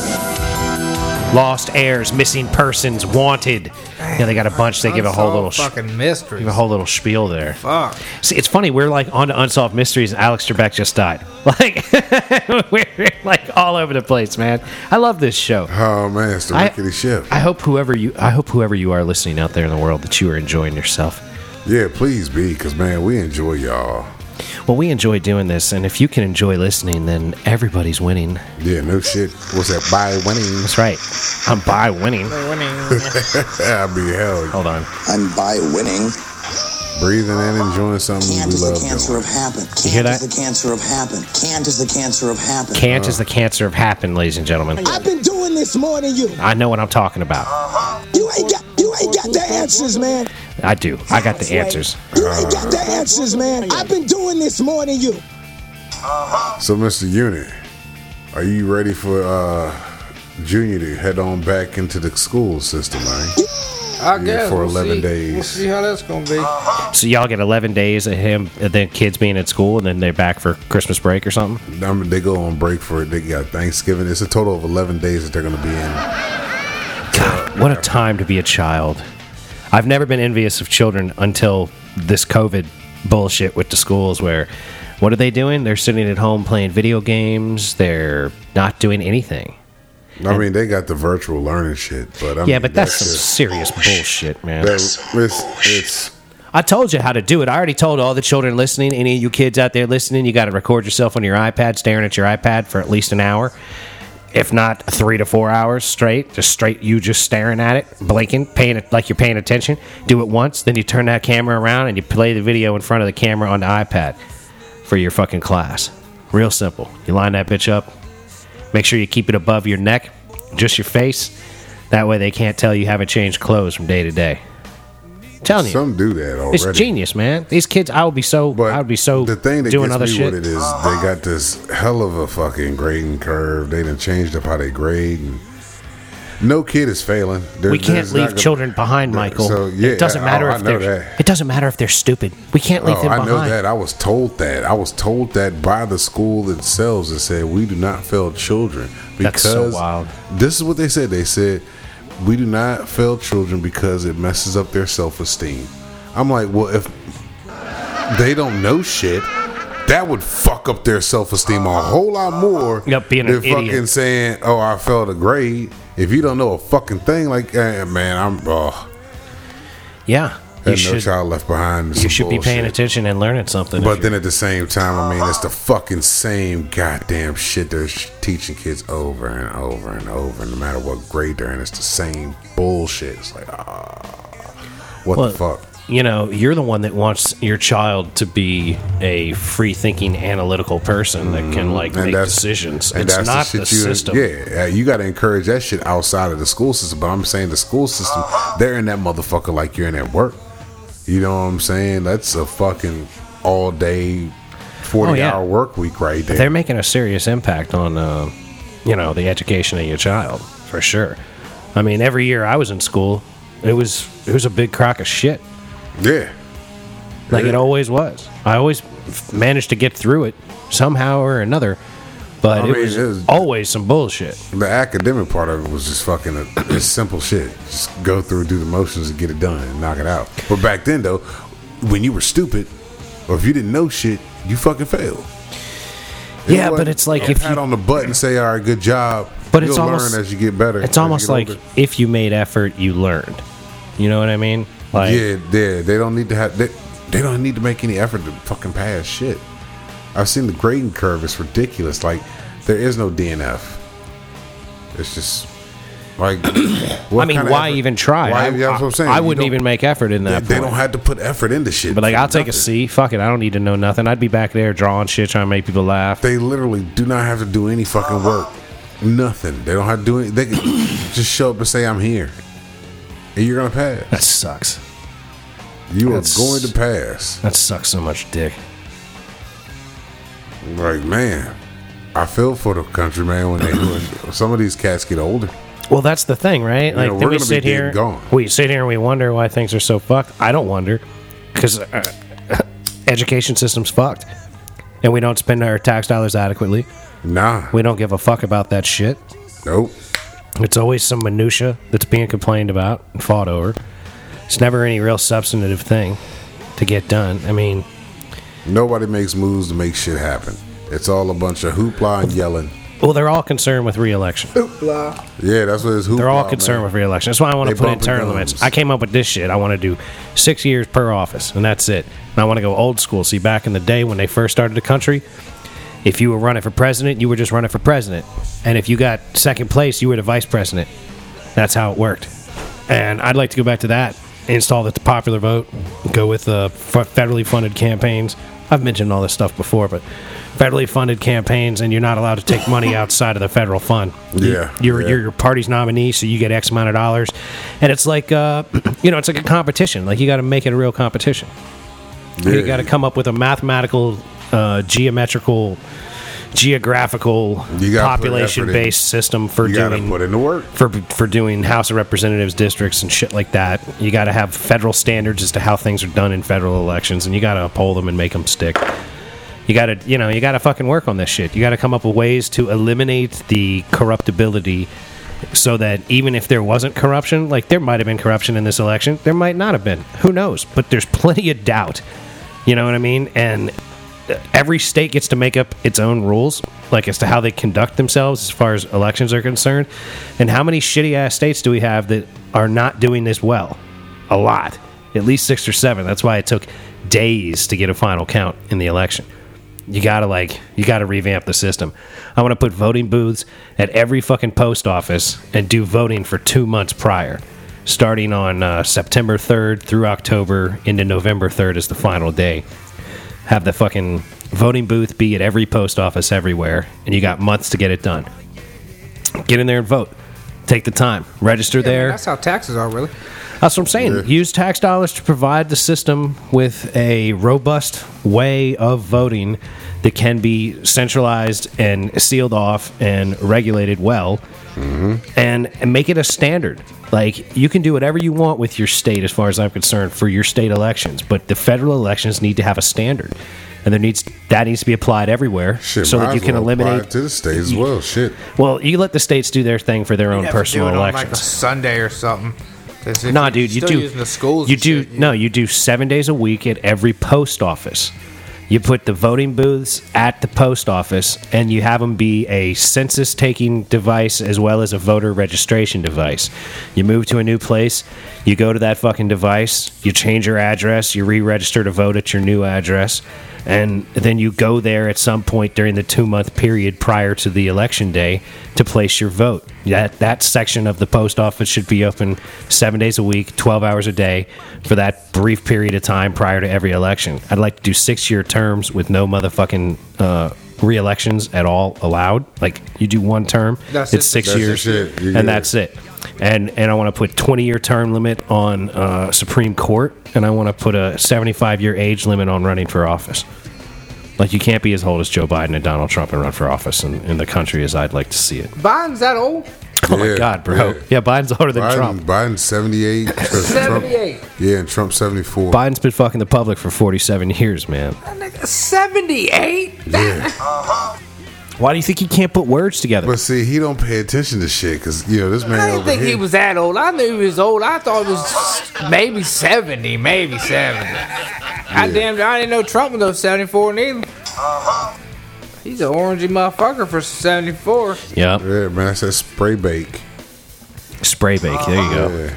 S1: Lost heirs, missing persons, wanted. Yeah, they got a bunch. They give a whole little,
S2: Unsolved
S1: sh-
S2: fucking mystery.
S1: give a whole little spiel there.
S2: fuck.
S1: See, it's funny. We're like on to unsolved mysteries, and Alex Trebek just died. Like we're like all over the place, man. I love this show.
S3: Oh, man. It's the
S1: I-
S3: rickety ship.
S1: I hope whoever you, I hope whoever you are listening out there in the world, that you are enjoying yourself.
S3: Yeah, please be. Because, man, we enjoy y'all.
S1: Well, we enjoy doing this, and if you can enjoy listening, then everybody's winning.
S3: Yeah, no shit. What's that? By winning.
S1: That's right. I'm by winning.
S2: Winning.
S3: I mean, hell,
S1: Hold on.
S7: And by winning,
S3: breathing and enjoying something
S7: can't
S3: we
S7: is the
S3: love
S7: cancer
S3: doing.
S7: of happen. Can't
S1: hear
S7: is
S1: that?
S7: the cancer of happen. Can't is the cancer of happen.
S1: Can't is the cancer of happen, ladies and gentlemen.
S7: I've been doing this more than you.
S1: I know what I'm talking about.
S7: You ain't got you ain't got the answers, man.
S1: I do. I got the answers.
S7: You ain't got the answers, man. I've been doing this more than you.
S3: So, Mr. Unit, are you ready for uh, Junior to head on back into the school system, man?
S2: I guess
S3: for
S2: we'll
S3: 11
S2: see.
S3: days.
S2: We'll see how that's gonna be.
S1: So y'all get 11 days of him, and then kids being at school, and then they're back for Christmas break or something.
S3: I mean, they go on break for it. They got Thanksgiving. It's a total of 11 days that they're going to be in.
S1: God, what a time to be a child. I've never been envious of children until this COVID bullshit with the schools where what are they doing? They're sitting at home playing video games. They're not doing anything.
S3: I mean, they got the virtual learning shit, but I
S1: Yeah,
S3: mean,
S1: but that's some
S3: just-
S1: serious bullshit, man.
S3: that- it's, it's
S1: I told you how to do it. I already told all the children listening, any of you kids out there listening, you got to record yourself on your iPad, staring at your iPad for at least an hour, if not three to four hours straight. Just straight, you just staring at it, blinking, paying it like you're paying attention. Do it once, then you turn that camera around and you play the video in front of the camera on the iPad for your fucking class. Real simple. You line that bitch up. Make sure you keep it above your neck, just your face. That way they can't tell you haven't changed clothes from day to day. telling you.
S3: some do that already.
S1: It's genius, man. These kids, I would be so, I would be so
S3: the thing that
S1: doing
S3: gets
S1: other
S3: me
S1: shit.
S3: with it is they got this hell of a fucking grading curve. They done changed up how they grade. And no kid is failing. There-
S1: we can't
S3: there's not
S1: leave
S3: gonna-
S1: children behind, Michael.
S3: So, yeah,
S1: it doesn't
S3: I-
S1: matter
S3: oh, I
S1: if
S3: know
S1: they're
S3: that.
S1: it doesn't matter if they're stupid. We can't leave
S3: Oh,
S1: them
S3: I
S1: behind.
S3: know that. I was told that. I was told that by the school themselves. That said, we do not fail children because
S1: That's so wild.
S3: this is what they said. They said we do not fail children because it messes up their self esteem. I'm like, well, if they don't know shit, that would fuck up their self esteem a whole lot more
S1: Yep, being
S3: than
S1: an idiot.
S3: fucking saying, oh, I failed a grade. If you don't know a fucking thing, like, eh, man, I'm, oh,
S1: Yeah. You
S3: there's no
S1: should,
S3: child left behind. is
S1: you
S3: some
S1: should be paying
S3: bullshit.
S1: attention and learning something. if
S3: But
S1: you're-
S3: then at the same time, I mean, it's the fucking same goddamn shit they're sh- teaching kids over and over and over, no matter what grade they're in. It's the same bullshit. It's like, ah, what the
S1: Well,
S3: fuck?
S1: You know, you're the one that wants your child to be a free thinking, analytical person that can like make decisions.
S3: and
S1: It's
S3: that's
S1: not the,
S3: shit you-
S1: system.
S3: Yeah, uh, you got to encourage that shit outside of the school system. But I'm saying the school system, they're in that motherfucker like you're in at work. You know what I'm saying? That's a fucking all day, forty
S1: Oh, yeah.
S3: hour work week right there.
S1: They're making a serious impact on, uh, you know, the education of your child for sure. I mean, every year I was in school, it was it was a big crock of shit.
S3: yeah,
S1: like it always was. I always f- managed to get through it somehow or another, but
S3: I
S1: it,
S3: mean,
S1: was
S3: it was-
S1: always some bullshit.
S3: the academic part of it was just fucking a, it's simple shit. Just go through, do the motions, and get it done, and knock it out. But back then though, when you were stupid, or if you didn't know shit, you fucking failed. It
S1: yeah, but
S3: wasn't
S1: it's like
S3: a
S1: if
S3: pat
S1: you,
S3: on the butt and say, "All right, good job."
S1: But
S3: You'll
S1: it's almost-
S3: learn as you get better. as
S1: it's
S3: you
S1: almost
S3: get
S1: like
S3: older.
S1: if you made effort, you learned. You know what I mean? Like
S3: yeah, yeah. They don't need to have they, they don't need to make any effort to fucking pass shit. I've seen the grading curve; it's ridiculous. Like there is no DNF. It's just like what
S1: I mean,
S3: kind of
S1: why
S3: effort-
S1: even try?
S3: Why,
S1: I,
S3: that's what I'm saying.
S1: I
S3: You
S1: wouldn't
S3: don't-
S1: even make effort in
S3: They,
S1: that.
S3: they
S1: point.
S3: don't have to put effort into shit.
S1: But like, I'll take a
S3: Nothing.
S1: C. Fuck it, I don't need to know nothing. I'd be back there drawing shit, trying to make people laugh.
S3: They literally do not have to do any fucking work. Nothing. They don't have to do any. They can just show up and say, "I'm here," and you're gonna pass.
S1: that sucks.
S3: You are
S1: That's-
S3: going to pass.
S1: That sucks so much, dick.
S3: Like man, I feel for the country, man. When they when some of these cats get older,
S1: Well, that's the thing, right? Like,
S3: know,
S1: then
S3: we're
S1: we
S3: gonna be
S1: sit
S3: dead
S1: here,
S3: and gone.
S1: we sit here, and we wonder why things are so fucked. I don't wonder, because uh, education system's fucked, and we don't spend our tax dollars adequately.
S3: nah,
S1: We don't give a fuck about that shit.
S3: nope.
S1: It's always some minutia that's being complained about and fought over. It's never any real substantive thing to get done. I mean,
S3: Nobody makes moves to make shit happen. It's all a bunch of hoopla and yelling.
S1: well, they're all concerned with reelection.
S3: Yeah, that's what it's hoopla.
S1: They're all concerned
S3: man.
S1: with reelection. That's why I want to
S3: They
S1: put in
S3: bumping
S1: term
S3: guns.
S1: limits. I came up with this shit. I want to do six years per office, and that's it. And I want to go old school. See, back in the day when they first started the country, if you were running for president, you were just running for president, and if you got second place, you were the vice president. That's how it worked. And I'd like to go back to that. Install the popular vote. Go with the f- federally funded campaigns. I've mentioned all this stuff before, but federally funded campaigns, and you're not allowed to take money outside of the federal fund. You-
S3: Yeah,
S1: you're,
S3: yeah.
S1: you're your party's nominee, so you get X amount of dollars, and it's like, uh, you know, it's like a competition. Like you got to make it a real competition. You
S3: Yeah.
S1: got to come up with a mathematical, uh, geometrical, geographical,
S3: You gotta put
S1: population
S3: effort in.
S1: based system for
S3: You gotta
S1: doing
S3: put in the work.
S1: for for doing House of Representatives districts and shit like that. You got to have federal standards as to how things are done in federal elections, and you got to uphold them and make them stick. You got to you know you got to fucking work on this shit. You got to come up with ways to eliminate the corruptibility. So that even if there wasn't corruption, like there might have been corruption in this election, there might not have been. Who knows? But there's plenty of doubt. You know what I mean? And every state gets to make up its own rules, like as to how they conduct themselves as far as elections are concerned. And how many shitty ass states do we have that are not doing this well? A lot. At least six or seven. That's why it took days to get a final count in the election. You gotta like, you gotta revamp the system. I wanna put voting booths at every fucking post office and do voting for two months prior. Starting on uh, September 3rd through October into November 3rd is the final day have the fucking voting booth be at every post office everywhere, and you got months to get it done. Get in there and vote. Take the time. Register there.
S2: That's how taxes are, really.
S1: That's what I'm saying. Use tax dollars to provide the system with a robust way of voting that can be centralized and sealed off and regulated well,
S3: Mm-hmm.
S1: and, and make it a standard. Like you can do whatever you want with your state, as far as I'm concerned, for your state elections, but the federal elections need to have a standard, and there needs that needs to be applied everywhere,
S3: Shit,
S1: so
S3: might
S1: that you
S3: as
S1: can
S3: well apply it
S1: eliminate.
S3: to the states as well. Shit,
S1: well, you let the states do their thing for their own
S2: Have to
S1: personal
S2: do it on,
S1: elections.
S2: like a Sunday or something. 'Cause if
S1: nah,
S2: you're
S1: dude, you
S2: still
S1: do.
S2: using the schools.
S1: you
S2: and
S1: do
S2: shit,
S1: no, you do seven days a week at every post office. You put the voting booths at the post office, and you have them be a census-taking device as well as a voter registration device. You move to a new place, you go to that fucking device, you change your address, you re-register to vote at your new address, and then you go there at some point during the two-month period prior to the election day to place your vote. That that section of the post office should be open seven days a week, twelve hours a day, for that brief period of time prior to every election. I'd like to do six-year terms with no motherfucking uh, re-elections at all allowed. Like you do one term,
S2: That's
S1: it's
S2: it.
S1: six
S3: That's
S1: years,
S3: your shit. You
S1: and
S3: good.
S1: that's it. And and I want to put 20-year term limit on uh, Supreme Court, and I want to put a 75-year age limit on running for office. Like you can't be as old as Joe Biden and Donald Trump and run for office in, in the country as I'd like to see it.
S2: Biden's that old?
S1: Oh my
S3: Yeah,
S1: God, bro.
S3: yeah.
S1: Yeah, Biden's older than
S3: Biden,
S1: Trump.
S3: Biden 78. Trump-
S2: 78.
S3: yeah, and Trump 74.
S1: Biden's been fucking the public for 47 years, man.
S2: That nigga seventy-eight.
S3: Yeah.
S1: Why do you think he can't put words together?
S3: But see, he don't pay attention to shit because, you know, this man
S2: I
S3: over
S2: didn't think
S3: here.
S2: he was that old. I knew he was old. I thought it was maybe 70, maybe 70. I damn I didn't know Trump was no 74 neither. He's an orangey motherfucker for 74.
S1: yeah,
S3: yeah, man, that's that spray bake.
S1: spray bake. There you go.
S3: Yeah.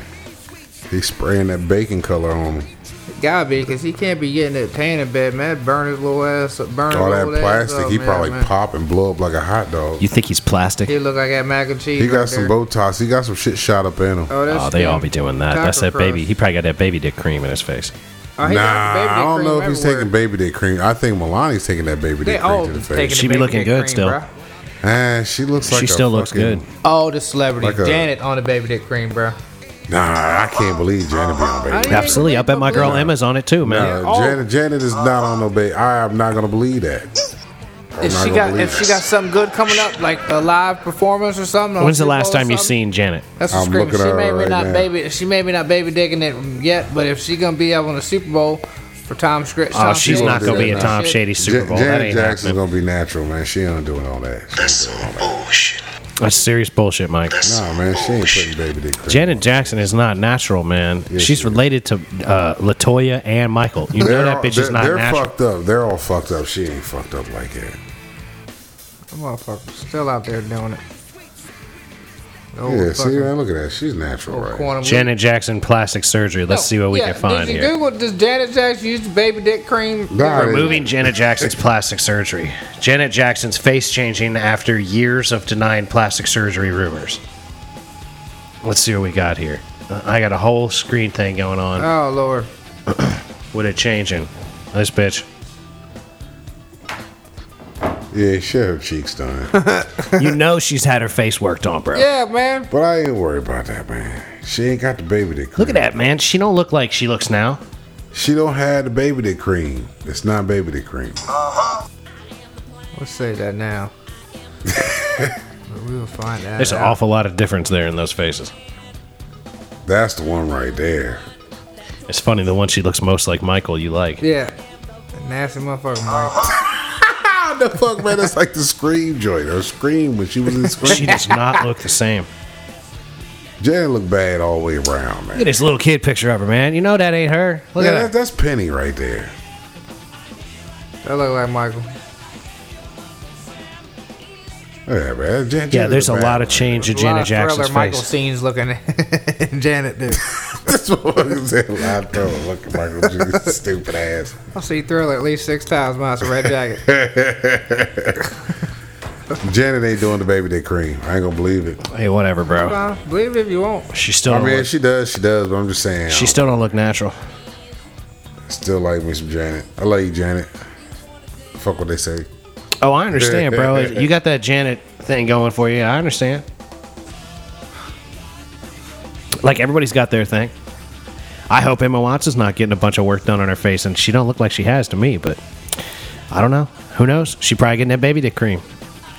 S3: He's spraying that bacon color on him.
S2: Gotta be, because he can't be getting that tan in bed, man. Burn his little ass up. Burn
S3: All
S2: his
S3: that
S2: little ass
S3: plastic,
S2: up,
S3: he
S2: man,
S3: probably
S2: man.
S3: pop and blow up like a hot dog.
S1: You think he's plastic?
S2: He look like that mac and cheese.
S3: He
S2: right
S3: got some
S2: there.
S3: Botox. He got some shit shot up in him.
S2: that's
S1: Oh, they all be
S2: him.
S1: doing that. That's that
S2: Cocker
S1: baby.
S2: crust.
S1: He probably got that baby dick cream in his face.
S2: Oh, he
S3: nah,
S2: got baby
S3: I don't
S2: cream
S3: know if he's
S2: everywhere.
S3: taking baby dick cream. I think Melania's taking that baby
S2: They
S3: dick cream
S2: all
S3: to the
S2: taking
S3: face.
S2: the
S1: She be
S2: baby
S1: looking
S2: dick
S1: good
S2: cream,
S1: still.
S2: bruh.
S3: Ah, she looks like
S1: she
S3: a
S1: still looks
S3: fucking-
S1: good.
S2: All the celebrities.
S3: Like a-
S2: Janet on the baby dick cream, bro.
S3: Nah, I can't believe Janet be on baby.
S2: I
S3: dick.
S2: ain't
S1: Absolutely. I bet my girl Emma's on it too, man.
S3: Nah, Janet, Janet is not on no baby. I am not gonna believe that. I'm
S2: If
S3: not
S2: she
S3: gonna
S2: got
S3: believe
S2: if she
S3: it.
S2: got something good coming up, like a live performance or something. on
S1: When's the
S2: Super
S1: last
S2: Bowl or
S1: time you
S2: something,
S1: seen Janet?
S2: That's
S3: I'm
S2: the scream.
S3: looking
S2: She
S3: at
S2: may
S3: her
S2: be
S3: right
S2: not
S3: now.
S2: baby. She may be not baby digging it yet, but if she gonna be up on the Super Bowl for Tom Scritch.
S1: Oh, she's
S3: Shady
S1: not
S3: gonna
S1: going to be
S3: do
S1: a
S3: that
S1: Tom
S2: shit.
S1: Shady
S3: Ja-
S1: Super Bowl. That
S3: Janet
S1: ain't
S3: Jackson's
S1: happening.
S3: gonna be natural, man. She ain't doing all that. She ain't doing all that.
S1: That's serious bullshit, Mike.
S3: Nah, man, she ain't putting baby dick cream.
S1: Janet Jackson is not natural, man. She's
S3: she is.
S1: related to uh, Latoya and Michael. You know
S3: They're
S1: that
S3: all-
S1: bitch
S3: they're,
S1: is not
S3: they're
S1: natural.
S3: fucked up. They're all fucked up. She ain't fucked up like that.
S2: motherfucker still out there doing it. Oh,
S3: Yeah, see, man, look at that. She's natural, right?
S2: quantum leap.
S1: Janet Jackson plastic surgery. Let's see what we
S2: Yeah,
S1: can find
S2: did you
S1: here.
S2: Google, does Janet Jackson use the baby dick cream?
S3: Nah, they-
S1: Removing Janet Jackson's plastic surgery. Janet Jackson's face changing after years of denying plastic surgery rumors. Let's see what we got here. Uh, I got a whole screen thing going on
S3: Uh,
S2: Oh lord,
S1: with it changing. This bitch.
S3: Yeah, she had her cheeks done. but
S1: You know she's had her face worked on, bro.
S2: yeah, man.
S3: I ain't worried about that, man. She ain't got the baby dick cream.
S1: Look at that, man. She don't look like she looks now.
S3: She don't have the baby dick cream. It's not baby dick cream.
S2: Let's say that now. But we'll find out.
S1: There's an
S2: out.
S1: awful lot of difference there in those faces.
S3: That's the one right there.
S1: It's funny, the one she looks most like Michael you like.
S2: Yeah, nasty motherfucker,
S3: Uh-huh.
S2: Mike.
S3: How the fuck, man? That's like the scream joint or scream when she was in
S1: She
S3: scream.
S1: does not look the same.
S3: Janet looked bad all the way around, man.
S1: Look at this little kid picture of her, man. You know that ain't her. Look
S3: yeah,
S1: at
S3: that,
S1: that.
S3: that's Penny right there.
S2: That look like Michael.
S3: Yeah, man. Jan-
S1: Yeah,
S3: Janet
S1: there's a
S3: looked
S1: lot
S3: bad.
S1: of change in
S2: A lot
S1: Janet
S2: of
S1: Jackson's
S2: Thriller Michael
S1: face.
S2: scenes looking at Janet dude.
S3: That's what I was saying. I don't look at Michael Jordan's stupid ass.
S2: I see Thriller at least six times minus a red jacket.
S3: Janet ain't doing the baby dick cream. I ain't gonna believe it.
S1: Hey, whatever, bro.
S2: Well, Believe it if you want.
S1: She still
S3: I
S1: don't
S3: mean,
S1: look,
S3: she does, she does, but I'm just saying.
S1: she
S3: She
S1: still don't look natural.
S3: still like me some Janet. I love you, Janet. Fuck what they say.
S1: Oh, I understand, bro. You got that Janet thing going for you. I understand. Like everybody's got their thing. I hope Emma Watson's not getting a bunch of work done on her face, and she don't look like she has to me. But I don't know. Who knows? She probably getting that baby dick cream.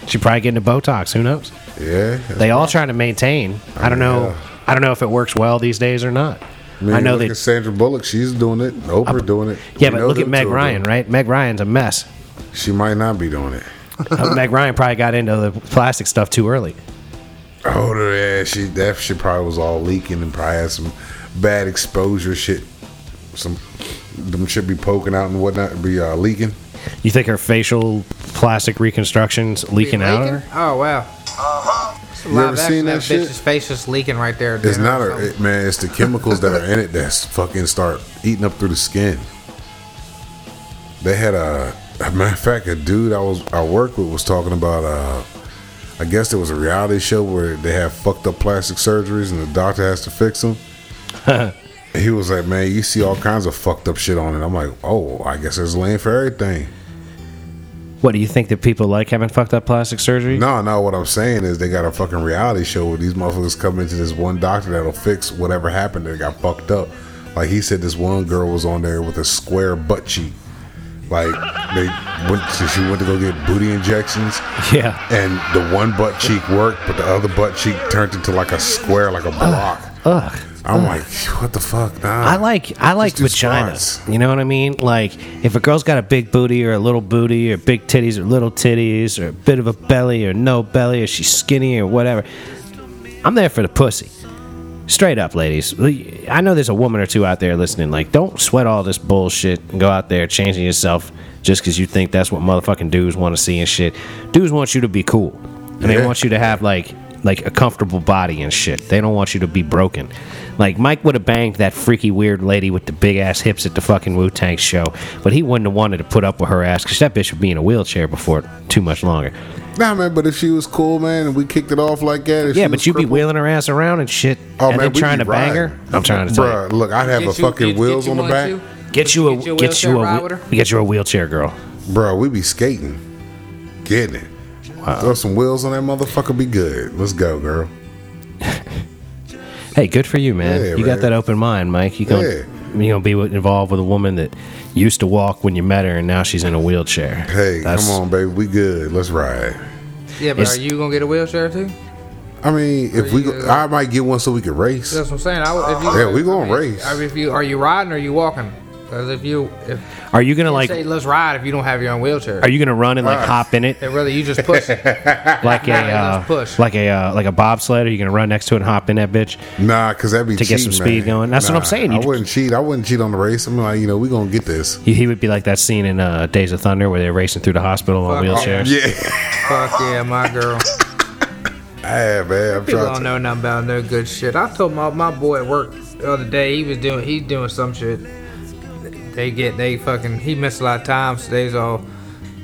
S1: She probably getting the Botox. Who knows?
S3: Yeah.
S1: They all try to maintain. I don't know.
S3: Yeah.
S1: I don't know if it works well these days or not. I,
S3: mean,
S1: know
S3: look
S1: they.
S3: at Sandra Bullock. She's doing it. Oprah doing it.
S1: Yeah,
S3: We
S1: but
S3: know
S1: look at
S3: them
S1: Meg
S3: two are
S1: Ryan,
S3: doing
S1: right? Meg Ryan's a mess.
S3: it. She might not be doing it.
S1: Uh, Meg Ryan probably got into the plastic stuff too early.
S3: Hold her ass. She that shit probably was all leaking and probably had some bad exposure shit. Some them shit be poking out and whatnot, be uh, leaking.
S1: You think her facial plastic reconstructions leaking out? of her?
S2: Oh wow. It's a
S3: Uh-huh. You
S2: live
S3: ever
S2: action.
S3: seen
S2: that
S3: that shit?
S2: bitch's face just leaking right there.
S3: It's
S2: dude.
S3: not
S2: Something.
S3: a it, man. It's the chemicals that are in it that's fucking start eating up through the skin. They had a, a matter of fact, a dude I was I worked with was talking about. Uh, I guess there was a reality show where they have fucked up plastic surgeries and the doctor has to fix them. he was like, "Man, you see all kinds of fucked up shit on it." I'm like, "Oh, I guess there's a lane for everything."
S1: What do you think that people like having fucked up plastic surgery?
S3: No, no. What I'm saying is they got a fucking reality show where these motherfuckers come into this one doctor that'll fix whatever happened that got fucked up. Like he said, this one girl was on there with a square butt cheek. Like they went, to, she went to go get booty injections,
S1: Yeah.
S3: and the one butt cheek worked, but the other butt cheek turned into like a square, like a block.
S1: Ugh.
S3: I'm like, what the fuck? Nah.
S1: I like I like
S3: do
S1: vaginas.
S3: squats.
S1: You know what I mean? Like if a girl's got a big booty or a little booty or big titties or little titties or a bit of a belly or no belly or she's skinny or whatever, I'm there for the pussy. Straight up, ladies. I know there's a woman or two out there listening. Like, don't sweat all this bullshit and go out there changing yourself just because you think that's what motherfucking dudes want to see and shit. Dudes want you to be cool, and they
S3: Yeah.
S1: want you to have like like a comfortable body and shit. They don't want you to be broken. Like Mike would have banged that freaky weird lady with the big ass hips at the fucking Wu Tang show, but he wouldn't have wanted to put up with her ass because that bitch would be in a wheelchair before too much longer.
S3: Nah, man. But if she was cool, man, and we kicked it off like that, if she
S1: Yeah, but
S3: was
S1: you'd be
S3: crippled- Oh,
S1: wheeling her ass around and shit, and then
S3: we
S1: trying
S3: be
S1: to bang
S3: riding.
S1: her. I'm trying to tell you.
S3: Bruh, look, I'd have
S2: Get
S3: a
S2: you-
S3: fucking
S2: get- get
S3: wheels
S2: you
S3: on the
S2: one,
S3: back.
S2: too?
S1: Get you a
S2: Get you a
S1: get
S2: wheelchair
S1: you a
S2: ride
S1: wheel-
S2: with her?
S1: get you a wheelchair girl.
S3: Bro, we be skating. Getting it. Throw some wheels on that motherfucker, be good. Let's go, girl.
S1: Hey, good for you, man.
S3: Yeah,
S1: you got
S3: man.
S1: that open mind, Mike. You gonna
S3: Yeah.
S1: you gonna be with- involved with a woman that used to walk when you met her, and now she's in a wheelchair.
S3: Hey, come on, baby. We good. Let's ride.
S2: Yeah, but
S1: It's-
S2: are you gonna get a wheelchair too?
S3: I mean, if we, go, I might get one so we can race.
S2: That's what I'm saying. I, would- if you,
S3: Yeah, we gonna
S2: I mean,
S3: race.
S2: I mean, if you are you riding or you walking? Because if you if
S1: Are you gonna like?
S2: say let's ride if you don't have your own wheelchair,
S1: Are you gonna run and like hop in it
S2: then really you just push. it.
S1: like a
S2: Yeah,
S1: uh,
S2: let's push.
S1: like a uh, like a bobsled? Are you gonna run next to it and hop in that bitch?
S3: Nah, cause that'd be
S1: To get some
S3: cheating,
S1: speed
S3: man.
S1: going. That's what I'm
S3: Nah,
S1: saying. You-
S3: I wouldn't cheat. I wouldn't cheat on the race. I'm like, you know, we gonna get this.
S1: He, he would be like that scene in uh, Days of Thunder where they're racing through the hospital on
S2: Fuck
S1: wheelchairs.
S3: Yeah,
S2: Fuck yeah, my girl.
S3: yeah, man. I'm
S2: People
S3: trying to.
S2: don't know nothing about no good shit. I told my, my boy at work the other day he was doing he's doing some shit. They get they fucking he missed a lot of times. So they's all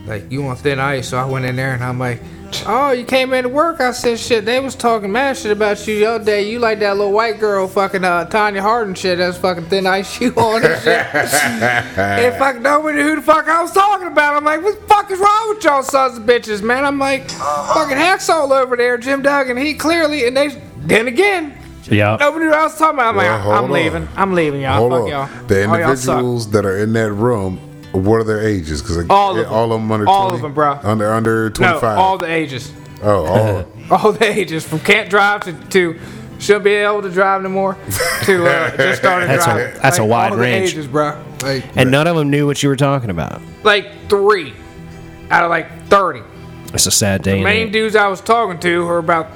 S2: like you want thin ice, so I went in there and I'm like, oh you came in to work. I said shit. They was talking mad shit about you the other day. You like that little white girl fucking uh, Tanya Hardin shit. That's fucking thin ice you on and shit. and fucking nobody knew who the fuck I was talking about. I'm like, what the fuck is wrong with y'all sons of bitches, man? I'm like,
S3: Uh-huh.
S2: fucking hacks all over there, Jim Duggan. He clearly, and they, then again,
S1: Yeah.
S2: nobody knew what I was talking about. I'm
S3: Well,
S2: like,
S3: hold
S2: I'm
S3: on.
S2: leaving. I'm leaving y'all.
S3: Hold
S2: fuck
S3: on.
S2: y'all.
S3: The
S2: All y'all suck.
S3: individuals that are in that room, what are their ages? Because
S2: All of them.
S3: all of them under
S2: All of
S3: 20?
S2: them, bro.
S3: Under under
S2: No,
S3: 25.
S2: all the ages.
S3: oh, all.
S2: All the ages. From can't drive to, to shouldn't be able to drive no more to uh, just started
S1: That's a-
S2: driving.
S1: that's a
S2: Like,
S1: wide
S2: all of the
S1: range.
S2: ages, bro. Like,
S1: And none of them knew what you were talking about.
S2: like three out of like 30.
S1: It's a sad day. in
S2: Main
S1: it.
S2: dudes I was talking to were about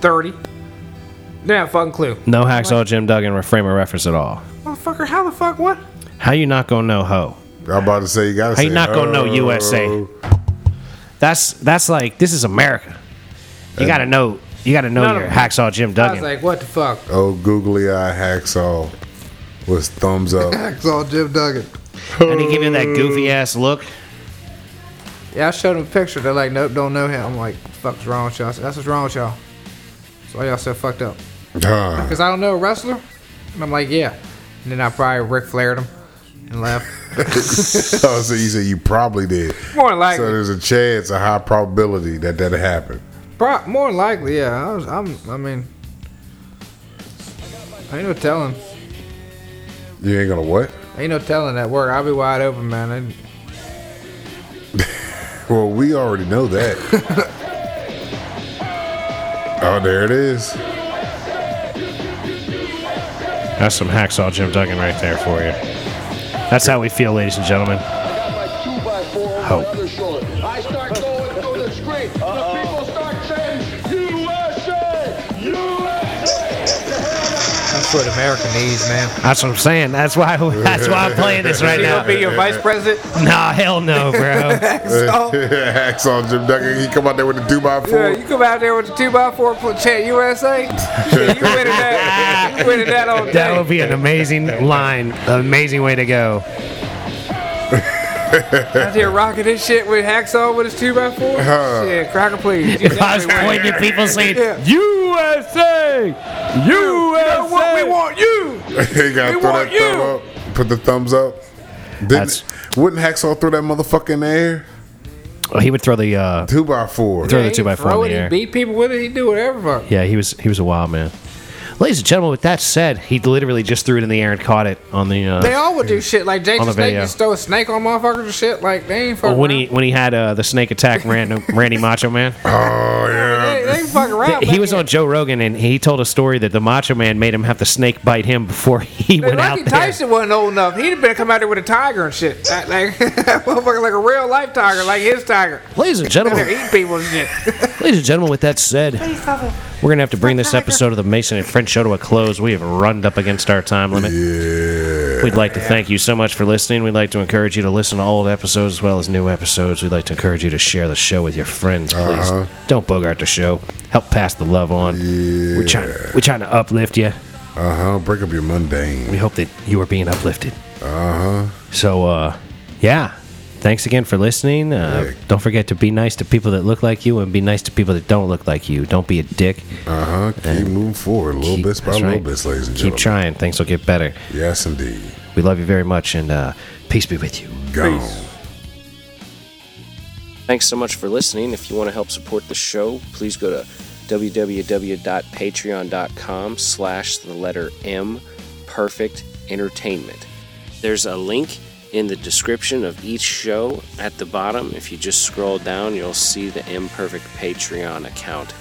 S2: 30. Didn't have a fucking clue.
S1: No hacksaw Jim Duggan re- frame of reference at all.
S2: Motherfucker, how the fuck what?
S1: How you not gonna know hoe?
S3: I'm about to say you gotta.
S1: How you
S3: say,
S1: not gonna know
S3: oh.
S1: USA? That's that's like this is America. You gotta know you gotta know
S2: None
S1: your
S2: of 'em.
S1: hacksaw Jim
S2: I was
S1: Duggan.
S2: like, what the fuck?
S3: Oh, googly eye hacksaw was thumbs up.
S2: It's all Jim Duggan.
S1: and he give you that goofy ass look.
S2: Yeah, I showed him a picture. They're like, nope, don't know him. I'm like, fuck's wrong with y'all? I said, That's what's wrong with y'all. So y'all so fucked up.
S3: Huh.
S2: Because I don't know a wrestler? And I'm like, yeah. And then I probably Ric Flaired him and left.
S3: oh, so you said you probably did.
S2: More than likely.
S3: So there's a chance, a high probability that that happened.
S2: Pro- more than likely, yeah. I was, I'm, I mean, ain't no telling.
S3: You ain't gonna what?
S2: Ain't no telling that work. I'll be wide open, man. I,
S3: Well, we already know that. oh, there it is.
S1: That's some hacksaw Jim Duggan right there for you. That's how we feel, ladies and gentlemen. Hope.
S8: I start going through the street. The people start saying, USA!
S2: That's what America needs, man.
S1: That's what I'm saying. That's why that's why I'm playing this right
S2: You gonna be
S1: now.
S2: your vice president?
S1: Nah, hell no, bro.
S2: So,
S4: Axel Jim Duggan, he come out there with the Dubai
S2: yeah,
S4: four.
S2: you come out there with the two by four, put chat USA. Shit, you winning that? You winning that all
S1: That would
S2: day?
S1: be an amazing line, an amazing way to go.
S2: Out here rocking this shit with hacksaw with his two by four. Shit, cracker, please. You
S1: If I was
S2: definitely
S1: pointing at people saying
S2: Yeah.
S1: USA,
S2: winning. What we
S1: USA.
S2: want you.
S4: he got to
S2: We
S4: throw
S2: want
S4: that thumb up. Put the thumbs up.
S1: That's-
S4: Didn't,
S3: Wouldn't Hacksaw throw that motherfucker in the air?
S1: Oh, he would throw the uh,
S3: Two by four.
S1: throw the
S2: He
S1: two by four
S2: throw
S1: in
S2: it,
S1: the
S2: he
S1: air.
S2: Beat people with it. He do whatever. fuck.
S1: Yeah, he was he was a wild man. Ladies and gentlemen, with that said, he literally just threw it in the air and caught it on the. Uh,
S2: They all would do shit like Jake
S1: On
S2: the
S1: the
S2: Snake
S1: video.
S2: just throw a snake on motherfuckers and shit. Like they ain't fucking.
S1: when he
S2: around.
S1: when he had uh, the snake attack Randy, Randy Macho Man,
S4: oh
S2: they,
S4: yeah.
S2: they ain't fucking around.
S1: he
S2: back
S1: was
S2: then.
S1: on Joe Rogan and he told a story that the Macho Man made him have the snake bite him before he
S2: Like,
S1: went out
S2: Lucky
S1: there.
S2: Tyson wasn't old enough. He'd have been come out there with a tiger and shit. Like, like motherfucker, like a real life tiger, like his tiger.
S1: Ladies and
S2: Out there
S1: gentlemen,
S2: eating people and shit.
S1: ladies and gentlemen, with that said, we're gonna have to bring this episode of the Mason and French show to a close. We have run up against our time limit. We'd like to thank you so much for listening. We'd like to encourage you to listen to old episodes as well as new episodes. We'd like to encourage you to share the show with your friends, please. Don't bogart the show. Help pass the love on. We're trying. We're trying to uplift you.
S3: Uh huh. Break up your mundane. Uh-huh.
S1: We hope that you are being uplifted. Uh huh. So, uh, yeah. Thanks again for listening. Uh, Don't forget to be nice to people that look like you and be nice to people that don't look like you. Don't be a dick.
S3: Uh huh. Keep moving forward, little
S1: Keep-
S3: bits by
S1: that's
S3: little
S1: right.
S3: bits, ladies and
S1: Keep
S3: gentlemen.
S1: trying. Things will get better.
S3: Yes, indeed.
S1: We love you very much, and uh, peace be with you.
S3: Gone.
S1: Thanks so much for listening. If you want to help support the show, please go to www.patreon.com slash the letter M Perfect Entertainment. There's a link in the description of each show at the bottom. If you just scroll down, you'll see the Imperfect Patreon account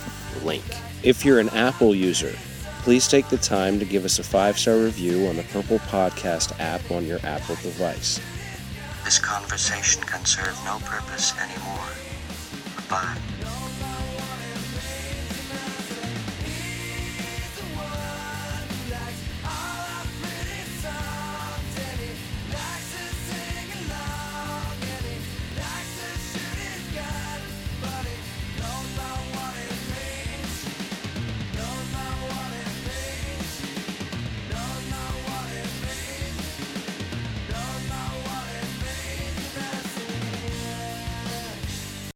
S1: link. If you're an Apple user, please take the time to give us a five star review on the Purple Podcast app on your Apple device.
S8: This conversation can serve no purpose anymore. Goodbye.